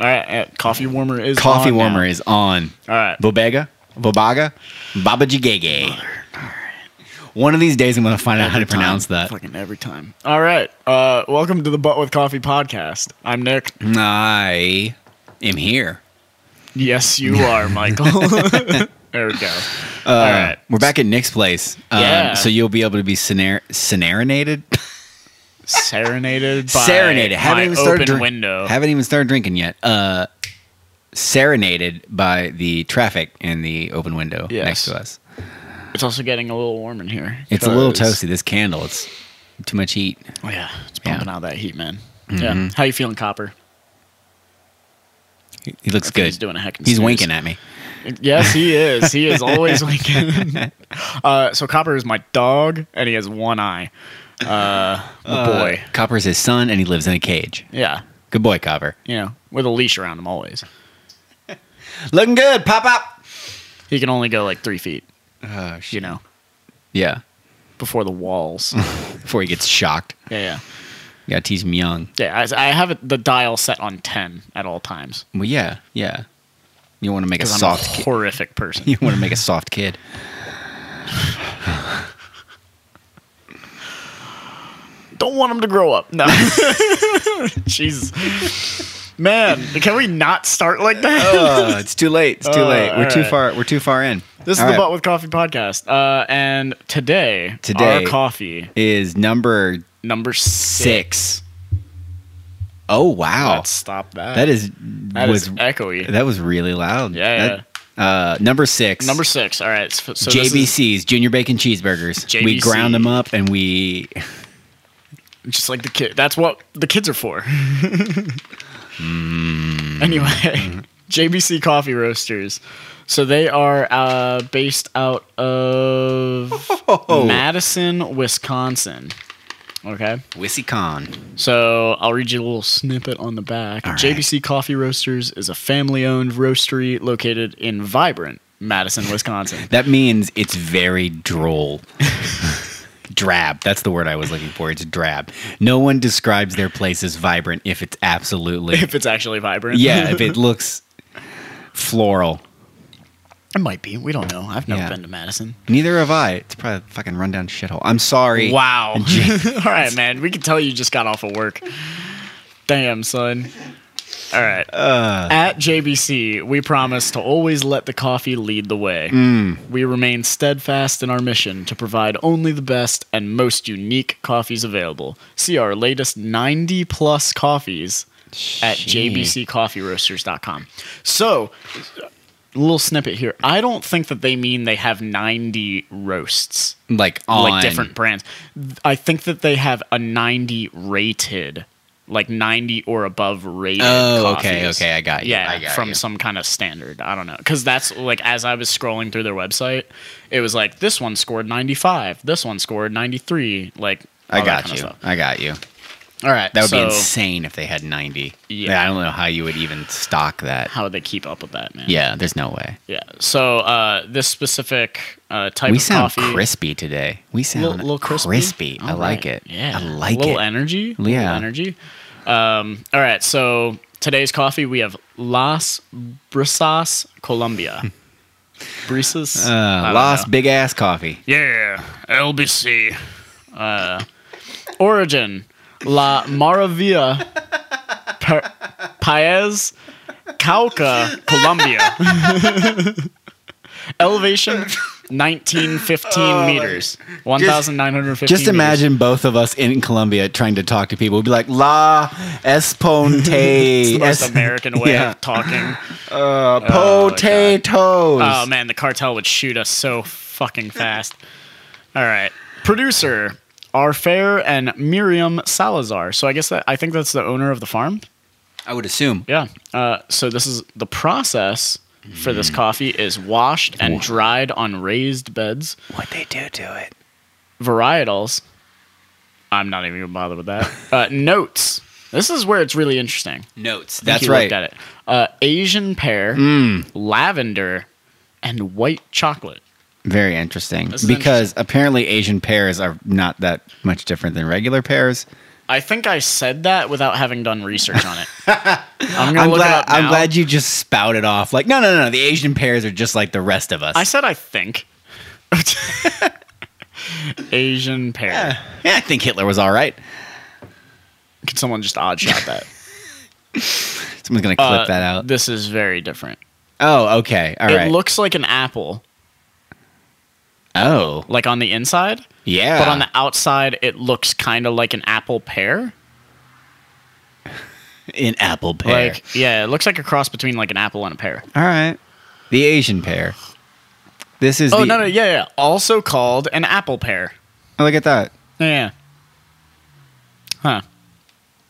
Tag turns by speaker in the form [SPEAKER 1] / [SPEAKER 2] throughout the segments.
[SPEAKER 1] eh, Coffee warmer is
[SPEAKER 2] Coffee
[SPEAKER 1] on now.
[SPEAKER 2] warmer is on.
[SPEAKER 1] All right.
[SPEAKER 2] Bobega, Bobaga, Baba Jigege. One of these days, I'm gonna find out how to
[SPEAKER 1] Every time.
[SPEAKER 2] pronounce that.
[SPEAKER 1] Fucking every time. All right. Uh, welcome to the Butt with Coffee podcast. I'm Nick.
[SPEAKER 2] I am here.
[SPEAKER 1] Yes, you are, Michael. there we go. All right.
[SPEAKER 2] Uh, We're back at Nick's place, um,
[SPEAKER 1] Yeah.
[SPEAKER 2] so you'll be able to be senar- serenaded.
[SPEAKER 1] Serenaded by
[SPEAKER 2] serenaded.
[SPEAKER 1] my
[SPEAKER 2] Haven't even started
[SPEAKER 1] open
[SPEAKER 2] drink-
[SPEAKER 1] window.
[SPEAKER 2] Haven't even started drinking yet. Uh, serenaded by the traffic and the open window
[SPEAKER 1] Yes.
[SPEAKER 2] next to us.
[SPEAKER 1] it's also getting a little warm in here.
[SPEAKER 2] It's a little
[SPEAKER 1] 'cause-
[SPEAKER 2] toasty. This candle. It's too much heat.
[SPEAKER 1] Oh, yeah, it's
[SPEAKER 2] Yeah. Mm-hmm.
[SPEAKER 1] pumping out that heat, man. Yeah. How you feeling, Copper?
[SPEAKER 2] He- He looks good.
[SPEAKER 1] He's doing a heck. of a
[SPEAKER 2] He's
[SPEAKER 1] snooze.
[SPEAKER 2] winking at me.
[SPEAKER 1] Yes, he is. He is always winking. Uh, so Copper is my dog, and he has one eye. Uh, my boy.
[SPEAKER 2] Uh, Copper's his son, and he lives in a cage.
[SPEAKER 1] Yeah.
[SPEAKER 2] Good boy, Copper.
[SPEAKER 1] You know, with a leash around him always.
[SPEAKER 2] Looking good. Pop up.
[SPEAKER 1] He can only go like three feet.
[SPEAKER 2] Oh,
[SPEAKER 1] You know,
[SPEAKER 2] Yeah.
[SPEAKER 1] before the walls.
[SPEAKER 2] Before he gets shocked.
[SPEAKER 1] yeah, yeah,
[SPEAKER 2] You gotta tease him young.
[SPEAKER 1] yeah. I, I have it- the dial set on ten at all times
[SPEAKER 2] Well, yeah, yeah. You want to make a
[SPEAKER 1] because I'm
[SPEAKER 2] soft
[SPEAKER 1] a
[SPEAKER 2] kid.
[SPEAKER 1] horrific person.
[SPEAKER 2] You want to make a soft kid.
[SPEAKER 1] Don't want him to grow up. No. Jesus. Man, can we not start like that?
[SPEAKER 2] Oh, it's too late. It's too
[SPEAKER 1] Oh,
[SPEAKER 2] late. We're too
[SPEAKER 1] alright.
[SPEAKER 2] far. We're too far in.
[SPEAKER 1] This is
[SPEAKER 2] All
[SPEAKER 1] the
[SPEAKER 2] right.
[SPEAKER 1] Butt with Coffee podcast. Uh, and today,
[SPEAKER 2] Today-
[SPEAKER 1] our coffee
[SPEAKER 2] is number
[SPEAKER 1] number six.
[SPEAKER 2] six. Oh wow,
[SPEAKER 1] Let's stop that.
[SPEAKER 2] that is
[SPEAKER 1] that
[SPEAKER 2] was
[SPEAKER 1] is echoey.
[SPEAKER 2] that was really loud.
[SPEAKER 1] Yeah,
[SPEAKER 2] That- Uh, number six.
[SPEAKER 1] number six. All right. So, so this is
[SPEAKER 2] JBC's Junior Bacon Cheeseburgers. We
[SPEAKER 1] JBC.
[SPEAKER 2] ground them up and we
[SPEAKER 1] just like the kid. That's what the kids are for.
[SPEAKER 2] Mm.
[SPEAKER 1] Anyway, JBC Coffee Roasters. So they are uh, based out of
[SPEAKER 2] Oh.
[SPEAKER 1] Madison, Wisconsin. Okay.
[SPEAKER 2] Wissycon.
[SPEAKER 1] So I'll read you a little snippet on the back.
[SPEAKER 2] All right.
[SPEAKER 1] JBC Coffee Roasters is a family owned roastery located in vibrant Madison, Wisconsin.
[SPEAKER 2] That means it's very droll. drab. That's the word I was looking for. It's drab. No one describes their place as vibrant if it's absolutely
[SPEAKER 1] if it's actually vibrant.
[SPEAKER 2] yeah. If it looks floral.
[SPEAKER 1] It might be. We don't know. I've never
[SPEAKER 2] Yeah.
[SPEAKER 1] been to Madison.
[SPEAKER 2] Neither have I. It's probably a fucking rundown shithole. I'm sorry.
[SPEAKER 1] Wow. All right, man. We can tell you just got off of work. Damn, son. All right. At JBC, we promise to always let the coffee lead the way. We remain steadfast in our mission to provide only the best and most unique coffees available. See our latest 90 plus coffees at
[SPEAKER 2] Gee.
[SPEAKER 1] jbccoffeeroasters.com. So, a little snippet here. I don't think that they mean they have 90 roasts
[SPEAKER 2] Like on
[SPEAKER 1] like different brands. Th- I think that they have a 90 rated, like 90 or above rated.
[SPEAKER 2] Oh,
[SPEAKER 1] coffees.
[SPEAKER 2] okay, okay, I got you.
[SPEAKER 1] Yeah,
[SPEAKER 2] I got
[SPEAKER 1] from
[SPEAKER 2] you.
[SPEAKER 1] some kind of standard. I don't know, because that's like as I was scrolling through their website, it was like this one scored 95, this one scored 93, like.
[SPEAKER 2] I
[SPEAKER 1] all that kind
[SPEAKER 2] got
[SPEAKER 1] of
[SPEAKER 2] you.
[SPEAKER 1] stuff.
[SPEAKER 2] I got you.
[SPEAKER 1] All right,
[SPEAKER 2] That would be
[SPEAKER 1] so
[SPEAKER 2] insane if they had 90.
[SPEAKER 1] Yeah.
[SPEAKER 2] Yeah. I don't know how you would even stock that.
[SPEAKER 1] How would they keep up with that, man?
[SPEAKER 2] Yeah, there's no way.
[SPEAKER 1] yeah. So uh, this specific uh, type
[SPEAKER 2] we
[SPEAKER 1] of
[SPEAKER 2] sound
[SPEAKER 1] coffee,
[SPEAKER 2] crispy today. We sound
[SPEAKER 1] little, little crispy.
[SPEAKER 2] I
[SPEAKER 1] All
[SPEAKER 2] like
[SPEAKER 1] right.
[SPEAKER 2] it.
[SPEAKER 1] Yeah,
[SPEAKER 2] I like
[SPEAKER 1] little
[SPEAKER 2] it.
[SPEAKER 1] energy. Little
[SPEAKER 2] Yeah.
[SPEAKER 1] energy. Um, all right, so today's coffee we have Las Brisas, Colombia. Brisas.
[SPEAKER 2] Hmm. uh, lost big ass coffee.
[SPEAKER 1] Yeah, LBC. Uh, origin La Maravilla per- Paez Cauca, Colombia. Elevation 1915 meters. 1915.
[SPEAKER 2] Just imagine both of us in Colombia trying to talk to people. We'd be like, La Esponte.
[SPEAKER 1] meters. Most
[SPEAKER 2] es-
[SPEAKER 1] American way Oh,
[SPEAKER 2] Yeah.
[SPEAKER 1] of talking.
[SPEAKER 2] uh, potatoes.
[SPEAKER 1] Oh man, the cartel would shoot us so fucking fast. All right, producer are fair and Miriam Salazar. So I guess that I think that's the owner of the farm.
[SPEAKER 2] I would assume.
[SPEAKER 1] Yeah. Uh, so this is the process for this coffee is washed and dried on raised beds,
[SPEAKER 2] What they do to it.
[SPEAKER 1] varietals. I'm not even gonna bother with that. Uh, notes. This is where it's really interesting.
[SPEAKER 2] Notes.
[SPEAKER 1] I think
[SPEAKER 2] That's
[SPEAKER 1] you
[SPEAKER 2] right. Mm.
[SPEAKER 1] Looked at it. Uh, Asian pear, lavender, and white chocolate.
[SPEAKER 2] Very interesting.
[SPEAKER 1] This is
[SPEAKER 2] because apparently Asian pears are not that much different than regular pears.
[SPEAKER 1] I think I said that without having done research on it. I'm gonna
[SPEAKER 2] I'm
[SPEAKER 1] look it
[SPEAKER 2] glad,
[SPEAKER 1] up now.
[SPEAKER 2] I'm glad you just spouted off like no no no the Asian pears are just like the rest of us.
[SPEAKER 1] I said I think. Asian pear.
[SPEAKER 2] yeah, I think Hitler was all right.
[SPEAKER 1] Could someone just odd shot that?
[SPEAKER 2] Someone's gonna clip
[SPEAKER 1] Uh,
[SPEAKER 2] that out.
[SPEAKER 1] This is very different.
[SPEAKER 2] oh okay all
[SPEAKER 1] it
[SPEAKER 2] right.
[SPEAKER 1] looks like an apple,
[SPEAKER 2] oh
[SPEAKER 1] like on the inside,
[SPEAKER 2] yeah.
[SPEAKER 1] but on the outside, it looks kind of like an apple pear.
[SPEAKER 2] in apple pear.
[SPEAKER 1] Like, yeah, it looks like a cross between like an apple and a pear.
[SPEAKER 2] all right. The Asian pear. This is
[SPEAKER 1] Oh
[SPEAKER 2] the,
[SPEAKER 1] no, no, yeah, yeah. Also called an apple pear.
[SPEAKER 2] Oh, look at that.
[SPEAKER 1] Yeah. Huh.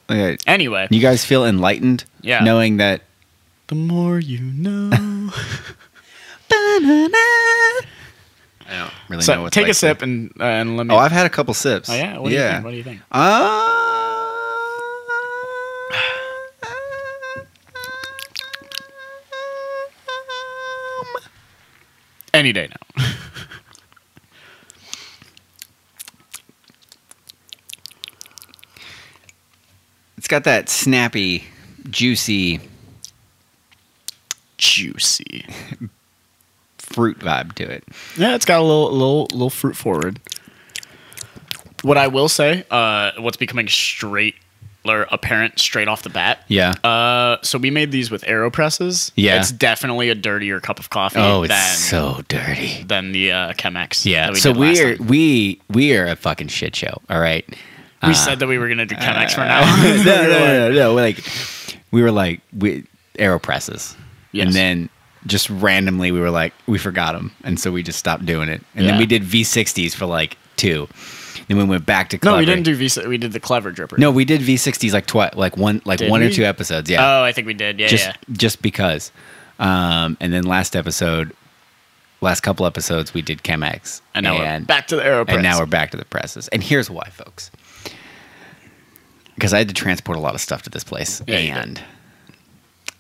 [SPEAKER 2] Look at-
[SPEAKER 1] Anyway,
[SPEAKER 2] You guys feel enlightened?
[SPEAKER 1] Yeah.
[SPEAKER 2] Knowing that
[SPEAKER 1] the more you know.
[SPEAKER 2] I don't really know
[SPEAKER 1] so
[SPEAKER 2] what
[SPEAKER 1] take a sip and uh, and let me.
[SPEAKER 2] Oh, I've had a couple sips. Ah.
[SPEAKER 1] Oh, yeah. What do you think? What do you think?
[SPEAKER 2] Um,
[SPEAKER 1] Any day now.
[SPEAKER 2] it's got that snappy, juicy
[SPEAKER 1] Juicy.
[SPEAKER 2] fruit vibe to it.
[SPEAKER 1] Yeah, it's got a little, little, little fruit forward. What I will say, uh, what's becoming straight or apparent straight off the bat.
[SPEAKER 2] Yeah.
[SPEAKER 1] Uh, so we made these with AeroPresses.
[SPEAKER 2] Yeah.
[SPEAKER 1] it's definitely a dirtier cup of coffee
[SPEAKER 2] oh, it's
[SPEAKER 1] than
[SPEAKER 2] so dirty.
[SPEAKER 1] than the uh, Chemex.
[SPEAKER 2] Yeah.
[SPEAKER 1] that
[SPEAKER 2] so
[SPEAKER 1] did last
[SPEAKER 2] we are
[SPEAKER 1] time.
[SPEAKER 2] we we are a fucking shit show. All right. Uh,
[SPEAKER 1] we said that we were gonna do Chemex for now.
[SPEAKER 2] no, no, no, no, no. We're like, we were like, we aeropresses,
[SPEAKER 1] Yes.
[SPEAKER 2] and then just randomly we were like, we forgot them, and so we just stopped doing it. And then
[SPEAKER 1] Yeah.
[SPEAKER 2] we did V60s for like two. Then we went back to
[SPEAKER 1] no, we
[SPEAKER 2] Clever.
[SPEAKER 1] didn't do Visa. We did the clever dripper.
[SPEAKER 2] No, we did V60s like twi- like one like
[SPEAKER 1] Did
[SPEAKER 2] one or
[SPEAKER 1] we?
[SPEAKER 2] two episodes. Yeah,
[SPEAKER 1] Oh, I think we did. Yeah,
[SPEAKER 2] just
[SPEAKER 1] yeah.
[SPEAKER 2] just because. Um, and then last episode, last couple episodes, we did Chemex,
[SPEAKER 1] And now we're back to the AeroPress.
[SPEAKER 2] and now we're back to the presses. And here's why, folks. Because I had to transport a lot of stuff to this place,
[SPEAKER 1] Yeah, you did.
[SPEAKER 2] and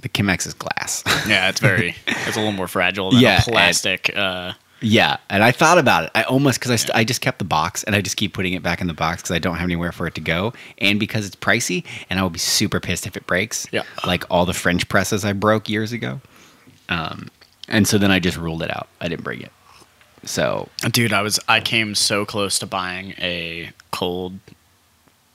[SPEAKER 2] the Chemex is glass.
[SPEAKER 1] yeah, it's very. It's a little more fragile than
[SPEAKER 2] Yeah,
[SPEAKER 1] a plastic. uh,
[SPEAKER 2] yeah, and I thought about it. I almost because I, st- I just kept the box, and I just keep putting it back in the box because I don't have anywhere for it to go, and because it's pricey, and I will be super pissed if it breaks.
[SPEAKER 1] Yeah.
[SPEAKER 2] like all the French presses I broke years ago. Um, and so then I just ruled it out. I didn't bring it. So
[SPEAKER 1] Dude, I was I came so close to buying a cold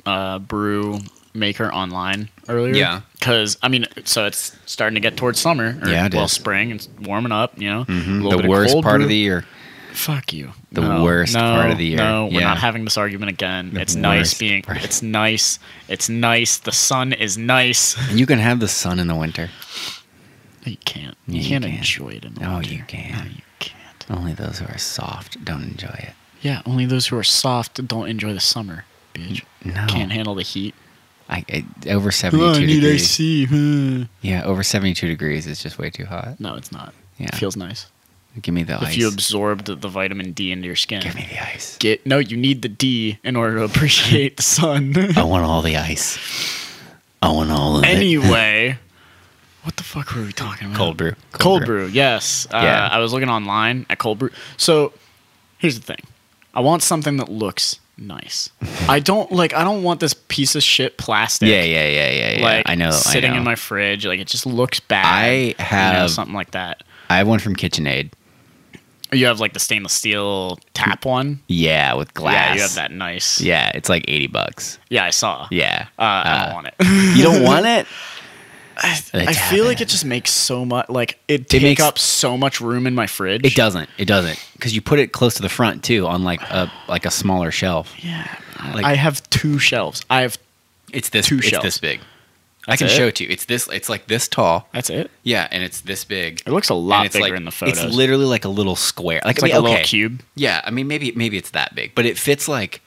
[SPEAKER 1] uh, brew maker online earlier.
[SPEAKER 2] Yeah.
[SPEAKER 1] because I mean, so it's starting to get towards summer. Or,
[SPEAKER 2] Yeah, it
[SPEAKER 1] well,
[SPEAKER 2] is. Mm-hmm.
[SPEAKER 1] spring it's warming up. You know, Mm-hmm. A little bit
[SPEAKER 2] the
[SPEAKER 1] of
[SPEAKER 2] worst
[SPEAKER 1] cold
[SPEAKER 2] part of
[SPEAKER 1] brew.
[SPEAKER 2] the year.
[SPEAKER 1] fuck you.
[SPEAKER 2] The worst part of the year.
[SPEAKER 1] No, we're
[SPEAKER 2] Yeah.
[SPEAKER 1] not having this argument again. it's nice
[SPEAKER 2] worst
[SPEAKER 1] being.
[SPEAKER 2] part.
[SPEAKER 1] It's nice. It's nice. The sun is nice.
[SPEAKER 2] And you can have the sun in the winter.
[SPEAKER 1] You can't.
[SPEAKER 2] Yeah,
[SPEAKER 1] You
[SPEAKER 2] you
[SPEAKER 1] can't
[SPEAKER 2] can.
[SPEAKER 1] enjoy it. In the
[SPEAKER 2] No,
[SPEAKER 1] winter.
[SPEAKER 2] you can.
[SPEAKER 1] No, you can't.
[SPEAKER 2] Only those who are soft don't enjoy it.
[SPEAKER 1] Yeah, only those who are soft don't enjoy the summer, bitch.
[SPEAKER 2] No.
[SPEAKER 1] Can't handle the heat.
[SPEAKER 2] I, Oh, I over seventy two degrees.
[SPEAKER 1] AC.
[SPEAKER 2] Yeah, over seventy two degrees is just way too hot.
[SPEAKER 1] No, it's not.
[SPEAKER 2] Yeah.
[SPEAKER 1] It feels nice.
[SPEAKER 2] Give me the ice.
[SPEAKER 1] If you absorbed the vitamin D into your skin.
[SPEAKER 2] Give me the ice.
[SPEAKER 1] Get no, you need the D in order to appreciate the sun.
[SPEAKER 2] I want all the ice. I want all of it.
[SPEAKER 1] anyway, what the fuck were we talking about?
[SPEAKER 2] Cold brew.
[SPEAKER 1] Cold, brew. Yes. Uh,
[SPEAKER 2] Yeah.
[SPEAKER 1] I was looking online at cold brew. So here's the thing. I want something that looks nice. I don't like. I don't want this piece of shit plastic.
[SPEAKER 2] Yeah, yeah, yeah, yeah, yeah.
[SPEAKER 1] Like
[SPEAKER 2] I know.
[SPEAKER 1] sitting
[SPEAKER 2] I know.
[SPEAKER 1] in my fridge, like it just looks bad.
[SPEAKER 2] I
[SPEAKER 1] you know,
[SPEAKER 2] have-
[SPEAKER 1] something like that.
[SPEAKER 2] I have one from KitchenAid.
[SPEAKER 1] Or You have like the stainless steel tap one.
[SPEAKER 2] Yeah, with glass.
[SPEAKER 1] Yeah, you have that nice. Yeah,
[SPEAKER 2] Yeah, it's like eighty bucks.
[SPEAKER 1] I saw.
[SPEAKER 2] Yeah.
[SPEAKER 1] Uh, I don't want it.
[SPEAKER 2] you don't want it? The
[SPEAKER 1] I
[SPEAKER 2] tap
[SPEAKER 1] feel
[SPEAKER 2] in
[SPEAKER 1] like it just makes so much. Like it
[SPEAKER 2] It
[SPEAKER 1] take
[SPEAKER 2] makes-
[SPEAKER 1] up so much room in my fridge.
[SPEAKER 2] It doesn't. It doesn't. Because you put it close to the front too, on like a like a smaller shelf.
[SPEAKER 1] Yeah.
[SPEAKER 2] Like-
[SPEAKER 1] I have two shelves. I have.
[SPEAKER 2] It's this
[SPEAKER 1] Two
[SPEAKER 2] it's
[SPEAKER 1] shelves.
[SPEAKER 2] this big. I
[SPEAKER 1] That's
[SPEAKER 2] can
[SPEAKER 1] it?
[SPEAKER 2] show it to you. It's this it's like this tall.
[SPEAKER 1] That's it.
[SPEAKER 2] Yeah, and it's this big.
[SPEAKER 1] It looks a
[SPEAKER 2] And
[SPEAKER 1] lot
[SPEAKER 2] it's
[SPEAKER 1] bigger
[SPEAKER 2] like-
[SPEAKER 1] in the photos.
[SPEAKER 2] It's literally like a little square. Like,
[SPEAKER 1] It's
[SPEAKER 2] I
[SPEAKER 1] like
[SPEAKER 2] mean,
[SPEAKER 1] a little
[SPEAKER 2] okay.
[SPEAKER 1] cube.
[SPEAKER 2] Yeah, I mean maybe maybe it's that big, but it fits like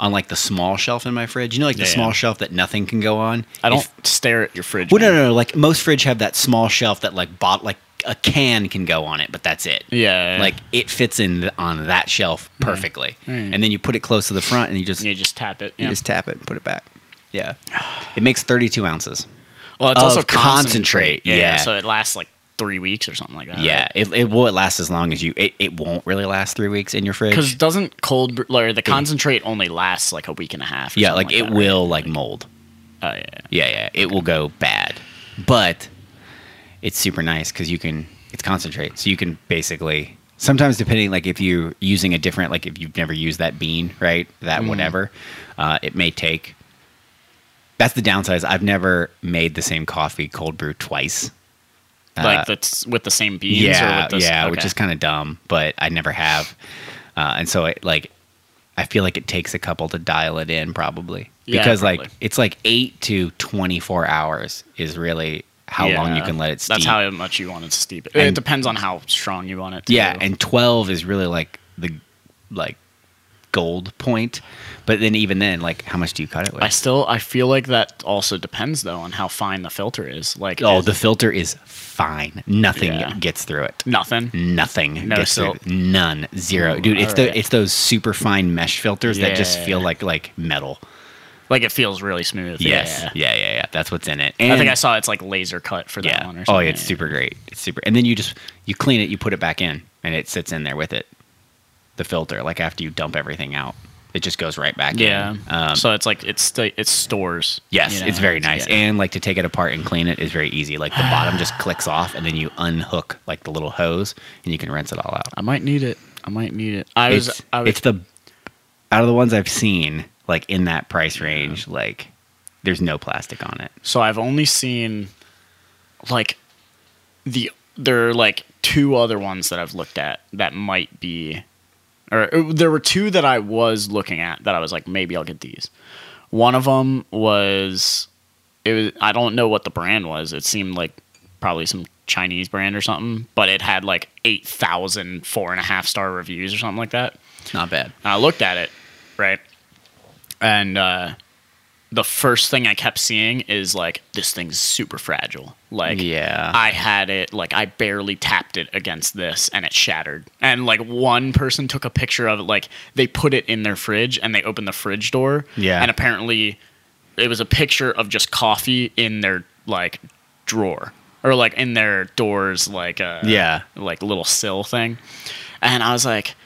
[SPEAKER 2] on like the small shelf in my fridge. You know, like the
[SPEAKER 1] Yeah,
[SPEAKER 2] small
[SPEAKER 1] yeah.
[SPEAKER 2] shelf that nothing can go on.
[SPEAKER 1] I don't
[SPEAKER 2] If-
[SPEAKER 1] stare at your fridge.
[SPEAKER 2] well, no,
[SPEAKER 1] man.
[SPEAKER 2] no, no. Like most fridge have that small shelf that like bought like a can can go on it, but that's it.
[SPEAKER 1] Yeah.
[SPEAKER 2] Like it fits in th- on that shelf perfectly,
[SPEAKER 1] Mm.
[SPEAKER 2] and then you put it close to the front, and you just
[SPEAKER 1] you just tap it.
[SPEAKER 2] you
[SPEAKER 1] Yeah.
[SPEAKER 2] just tap it and put it back. Yeah, it makes thirty-two ounces.
[SPEAKER 1] well, it's
[SPEAKER 2] of
[SPEAKER 1] also
[SPEAKER 2] concentrate,
[SPEAKER 1] Yeah,
[SPEAKER 2] yeah.
[SPEAKER 1] So it lasts like three weeks or something like that.
[SPEAKER 2] Yeah, it, it will last as long as you. It, it won't really last three weeks in your
[SPEAKER 1] Because
[SPEAKER 2] fridge.
[SPEAKER 1] doesn't cold bre- or the concentrate only lasts like a week and a half? or
[SPEAKER 2] Yeah,
[SPEAKER 1] something
[SPEAKER 2] like it
[SPEAKER 1] that, right?
[SPEAKER 2] will like mold.
[SPEAKER 1] Oh yeah.
[SPEAKER 2] Yeah, yeah, it will go bad, but it's super nice because you can. It's concentrate, so you can basically. Sometimes, depending, like if you're using a different, like if you've never used that bean, right, that whatever, uh, it may take. That's the downside. Is I've never made the same coffee cold brew twice.
[SPEAKER 1] like that's with the same beans.
[SPEAKER 2] yeah,
[SPEAKER 1] or with this?
[SPEAKER 2] yeah, which
[SPEAKER 1] okay.
[SPEAKER 2] is kind of dumb, but I never have, uh, and so it like I feel like it takes a couple to dial it in probably
[SPEAKER 1] Yeah,
[SPEAKER 2] because like
[SPEAKER 1] probably.
[SPEAKER 2] it's like eight to twenty four hours is really how long you
[SPEAKER 1] Yeah.
[SPEAKER 2] can let it steep.
[SPEAKER 1] That's how much you want it to steep. It,
[SPEAKER 2] And-
[SPEAKER 1] depends on how strong you want it. To
[SPEAKER 2] yeah, and twelve is really like the like gold point, but then even then, like how much do you cut it with?
[SPEAKER 1] I still I feel like that also depends though on how fine the filter is. Like
[SPEAKER 2] oh,
[SPEAKER 1] is
[SPEAKER 2] the filter is fine. Nothing
[SPEAKER 1] Yeah.
[SPEAKER 2] gets through it.
[SPEAKER 1] nothing.
[SPEAKER 2] nothing
[SPEAKER 1] No Oh,
[SPEAKER 2] gets through
[SPEAKER 1] silk.
[SPEAKER 2] it. none zero
[SPEAKER 1] Ooh,
[SPEAKER 2] dude it's
[SPEAKER 1] alright.
[SPEAKER 2] the it's those super fine mesh filters that just
[SPEAKER 1] Yeah.
[SPEAKER 2] feel like like metal
[SPEAKER 1] Like it feels really smooth. Yeah,
[SPEAKER 2] yes
[SPEAKER 1] yeah,
[SPEAKER 2] yeah
[SPEAKER 1] yeah.
[SPEAKER 2] yeah yeah, that's what's in it
[SPEAKER 1] I
[SPEAKER 2] And-
[SPEAKER 1] think I saw it's like laser cut for that
[SPEAKER 2] yeah
[SPEAKER 1] one or something.
[SPEAKER 2] oh it's super great it's super and then you just you clean it you put it back in and it sits in there with it the filter like after you dump everything out it just goes right back
[SPEAKER 1] Yeah.
[SPEAKER 2] in. um
[SPEAKER 1] so it's like it's sta it stores.
[SPEAKER 2] Yes,
[SPEAKER 1] you know,
[SPEAKER 2] it's very nice,
[SPEAKER 1] yeah.
[SPEAKER 2] and like to take it apart and clean it is very easy. Like the bottom just clicks off, and then you unhook like the little hose, and you can rinse it all out.
[SPEAKER 1] I might need it. I might need it. I was
[SPEAKER 2] it's,
[SPEAKER 1] I was
[SPEAKER 2] it's the out of the ones I've seen, like in that price range, like there's no plastic on it.
[SPEAKER 1] So I've only seen like the there are like two other ones that I've looked at that might be or uh, there were two that I was looking at that I was like maybe I'll get these. One of them was it was I don't know what the brand was. It seemed like probably some Chinese brand or something, but it had like 8,000 four and a half star reviews or something like that.
[SPEAKER 2] It's not bad.
[SPEAKER 1] And I looked at it, right? And uh, the first thing I kept seeing is like, this thing's super fragile. Like,
[SPEAKER 2] Yeah.
[SPEAKER 1] I had it, like, I barely tapped it against this and it shattered. And like, one person took a picture of it, like, they put it in their fridge and they opened the fridge door.
[SPEAKER 2] Yeah.
[SPEAKER 1] And apparently, it was a picture of just coffee in their, like, drawer or like in their doors, like, uh,
[SPEAKER 2] Yeah.
[SPEAKER 1] like little sill thing. And I was like,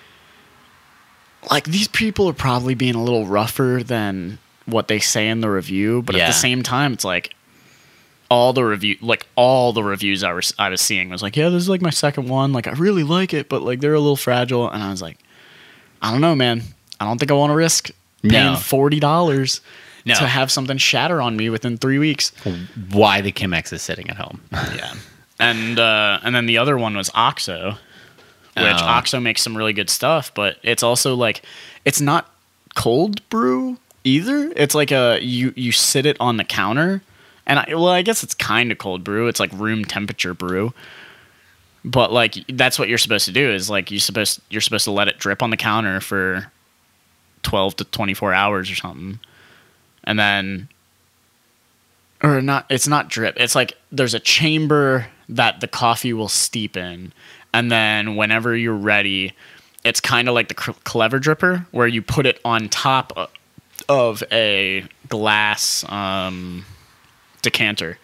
[SPEAKER 1] like these people are probably being a little rougher than what they say in the review, but at
[SPEAKER 2] Yeah.
[SPEAKER 1] the same time, it's like all the review, like all the reviews I was I was seeing was like, yeah, this is like my second one. Like I really like it, but like they're a little fragile, and I was like, I don't know, man. I don't think I want to risk paying
[SPEAKER 2] No.
[SPEAKER 1] forty dollars
[SPEAKER 2] No.
[SPEAKER 1] to have something shatter on me within three weeks.
[SPEAKER 2] Why the Chemex is sitting at home?
[SPEAKER 1] Yeah. And uh, and then the other one was Oxo, which
[SPEAKER 2] Oh.
[SPEAKER 1] Oxo makes some really good stuff, but it's also like it's not cold brew either. It's like a you you sit it on the counter, and I, well, I guess it's kind of cold brew. It's like room temperature brew. But like that's what you're supposed to do is like you supposed you're supposed to let it drip on the counter for 12 to 24 hours or something. And then or not it's not drip it's like there's a chamber that the coffee will steep in and then whenever you're ready it's kind of like the cl- clever dripper where you put it on top o- of a glass um, decanter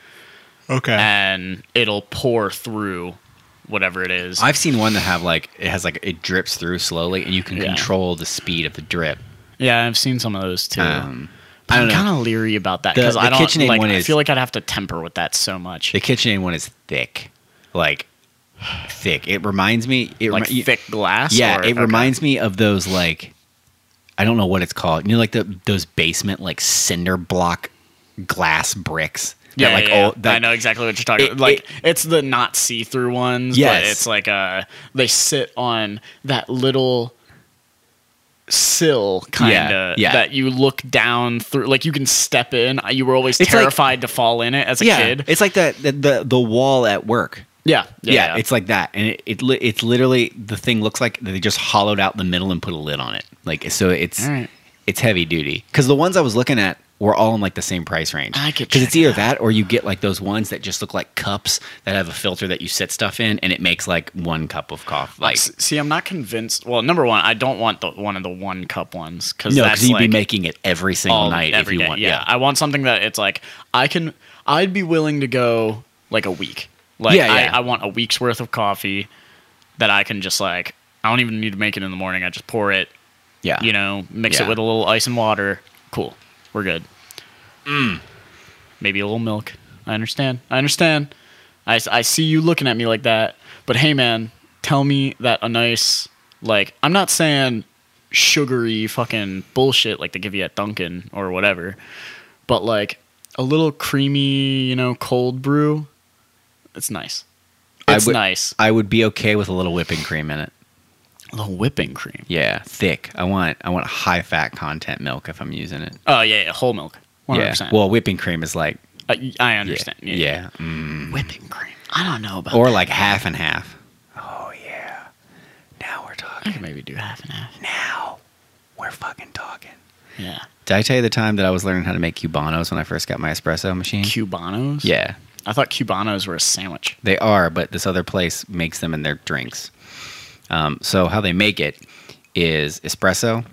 [SPEAKER 2] okay.
[SPEAKER 1] and it'll pour through whatever it is
[SPEAKER 2] I've seen one that have like it has like it drips through slowly, and you can
[SPEAKER 1] Yeah.
[SPEAKER 2] control the speed of the drip.
[SPEAKER 1] yeah i've seen some of those too
[SPEAKER 2] Um,
[SPEAKER 1] But
[SPEAKER 2] I
[SPEAKER 1] i'm
[SPEAKER 2] don't know.
[SPEAKER 1] kind of leery about that
[SPEAKER 2] The-
[SPEAKER 1] because i
[SPEAKER 2] the
[SPEAKER 1] don't
[SPEAKER 2] KitchenAid
[SPEAKER 1] like
[SPEAKER 2] one
[SPEAKER 1] i
[SPEAKER 2] is-
[SPEAKER 1] feel like i'd have to temper with that so much
[SPEAKER 2] The KitchenAid one is thick, like thick. It reminds me. It
[SPEAKER 1] like
[SPEAKER 2] remi- you-
[SPEAKER 1] thick glass
[SPEAKER 2] Yeah,
[SPEAKER 1] or-
[SPEAKER 2] it
[SPEAKER 1] okay.
[SPEAKER 2] reminds me of those like I don't know what it's called. You know, like the those basement like cinder block glass bricks. that,
[SPEAKER 1] Yeah,
[SPEAKER 2] like
[SPEAKER 1] yeah, yeah.
[SPEAKER 2] all- that-
[SPEAKER 1] I know exactly what you're talking
[SPEAKER 2] It-
[SPEAKER 1] about. Like
[SPEAKER 2] it-
[SPEAKER 1] it's the not see-through ones,
[SPEAKER 2] Yes.
[SPEAKER 1] but it's like uh they sit on that little sill kind
[SPEAKER 2] Yeah,
[SPEAKER 1] of
[SPEAKER 2] yeah.
[SPEAKER 1] that you look down through like you can step in. Uh, You were always
[SPEAKER 2] It's like-
[SPEAKER 1] terrified to fall in it as a
[SPEAKER 2] yeah,
[SPEAKER 1] kid.
[SPEAKER 2] it's like the, the the the wall at work.
[SPEAKER 1] yeah,
[SPEAKER 2] Yeah, it's like that, and it, it li- it's literally the thing looks like they just hollowed out the middle and put a lid on it. Like so, it's
[SPEAKER 1] All right.
[SPEAKER 2] it's heavy duty because the ones I was looking at were all in like the same price range.
[SPEAKER 1] I could
[SPEAKER 2] because it's
[SPEAKER 1] check it
[SPEAKER 2] either that or you get like those ones that just look like cups that have a filter that you set stuff in, and it makes like one cup of coffee. Like
[SPEAKER 1] S- See, I'm not convinced. Well, number one, I don't want the one of the one cup ones because
[SPEAKER 2] No,
[SPEAKER 1] that's
[SPEAKER 2] because you'd
[SPEAKER 1] like
[SPEAKER 2] be making it every single
[SPEAKER 1] all
[SPEAKER 2] night
[SPEAKER 1] every
[SPEAKER 2] if you
[SPEAKER 1] day.
[SPEAKER 2] want.
[SPEAKER 1] yeah. I want something that it's like I can. I'd be willing to go like a week Like
[SPEAKER 2] Yeah, yeah.
[SPEAKER 1] I, I want a week's worth of coffee that I can just like I don't even need to make it in the morning. I just pour it,
[SPEAKER 2] Yeah.
[SPEAKER 1] you know, mix
[SPEAKER 2] Yeah.
[SPEAKER 1] it with a little ice and water. Cool. We're good.
[SPEAKER 2] Mm.
[SPEAKER 1] Maybe a little milk. I understand. I understand. I, s- I see you looking at me like that. But hey, man, tell me that a nice, like, I'm not saying sugary fucking bullshit like they give you at Dunkin' or whatever, but like a little creamy, you know, cold brew. It's nice.
[SPEAKER 2] I
[SPEAKER 1] It's
[SPEAKER 2] would-
[SPEAKER 1] nice.
[SPEAKER 2] I would be okay with a little whipping cream in it.
[SPEAKER 1] A little whipping cream.
[SPEAKER 2] Yeah, thick. I want I want high fat content milk if I'm using it.
[SPEAKER 1] Oh, yeah, yeah whole milk. 100%.
[SPEAKER 2] Yeah. Well, whipping cream is like
[SPEAKER 1] I, I
[SPEAKER 2] yeah,
[SPEAKER 1] understand.
[SPEAKER 2] yeah. Mm.
[SPEAKER 1] Whipping cream. I don't know about
[SPEAKER 2] or
[SPEAKER 1] that.
[SPEAKER 2] like half and half. Oh yeah. Now we're
[SPEAKER 1] I
[SPEAKER 2] talking.
[SPEAKER 1] could maybe do half and half.
[SPEAKER 2] Now we're fucking talking.
[SPEAKER 1] Yeah.
[SPEAKER 2] Did I tell you the time that I was learning how to make cubanos when I first got my espresso machine?
[SPEAKER 1] Mm-hmm. Cubanos?
[SPEAKER 2] yeah,
[SPEAKER 1] I thought Cubanos were a sandwich.
[SPEAKER 2] they are, but this other place makes them in their drinks. Um, so how they make it is espresso,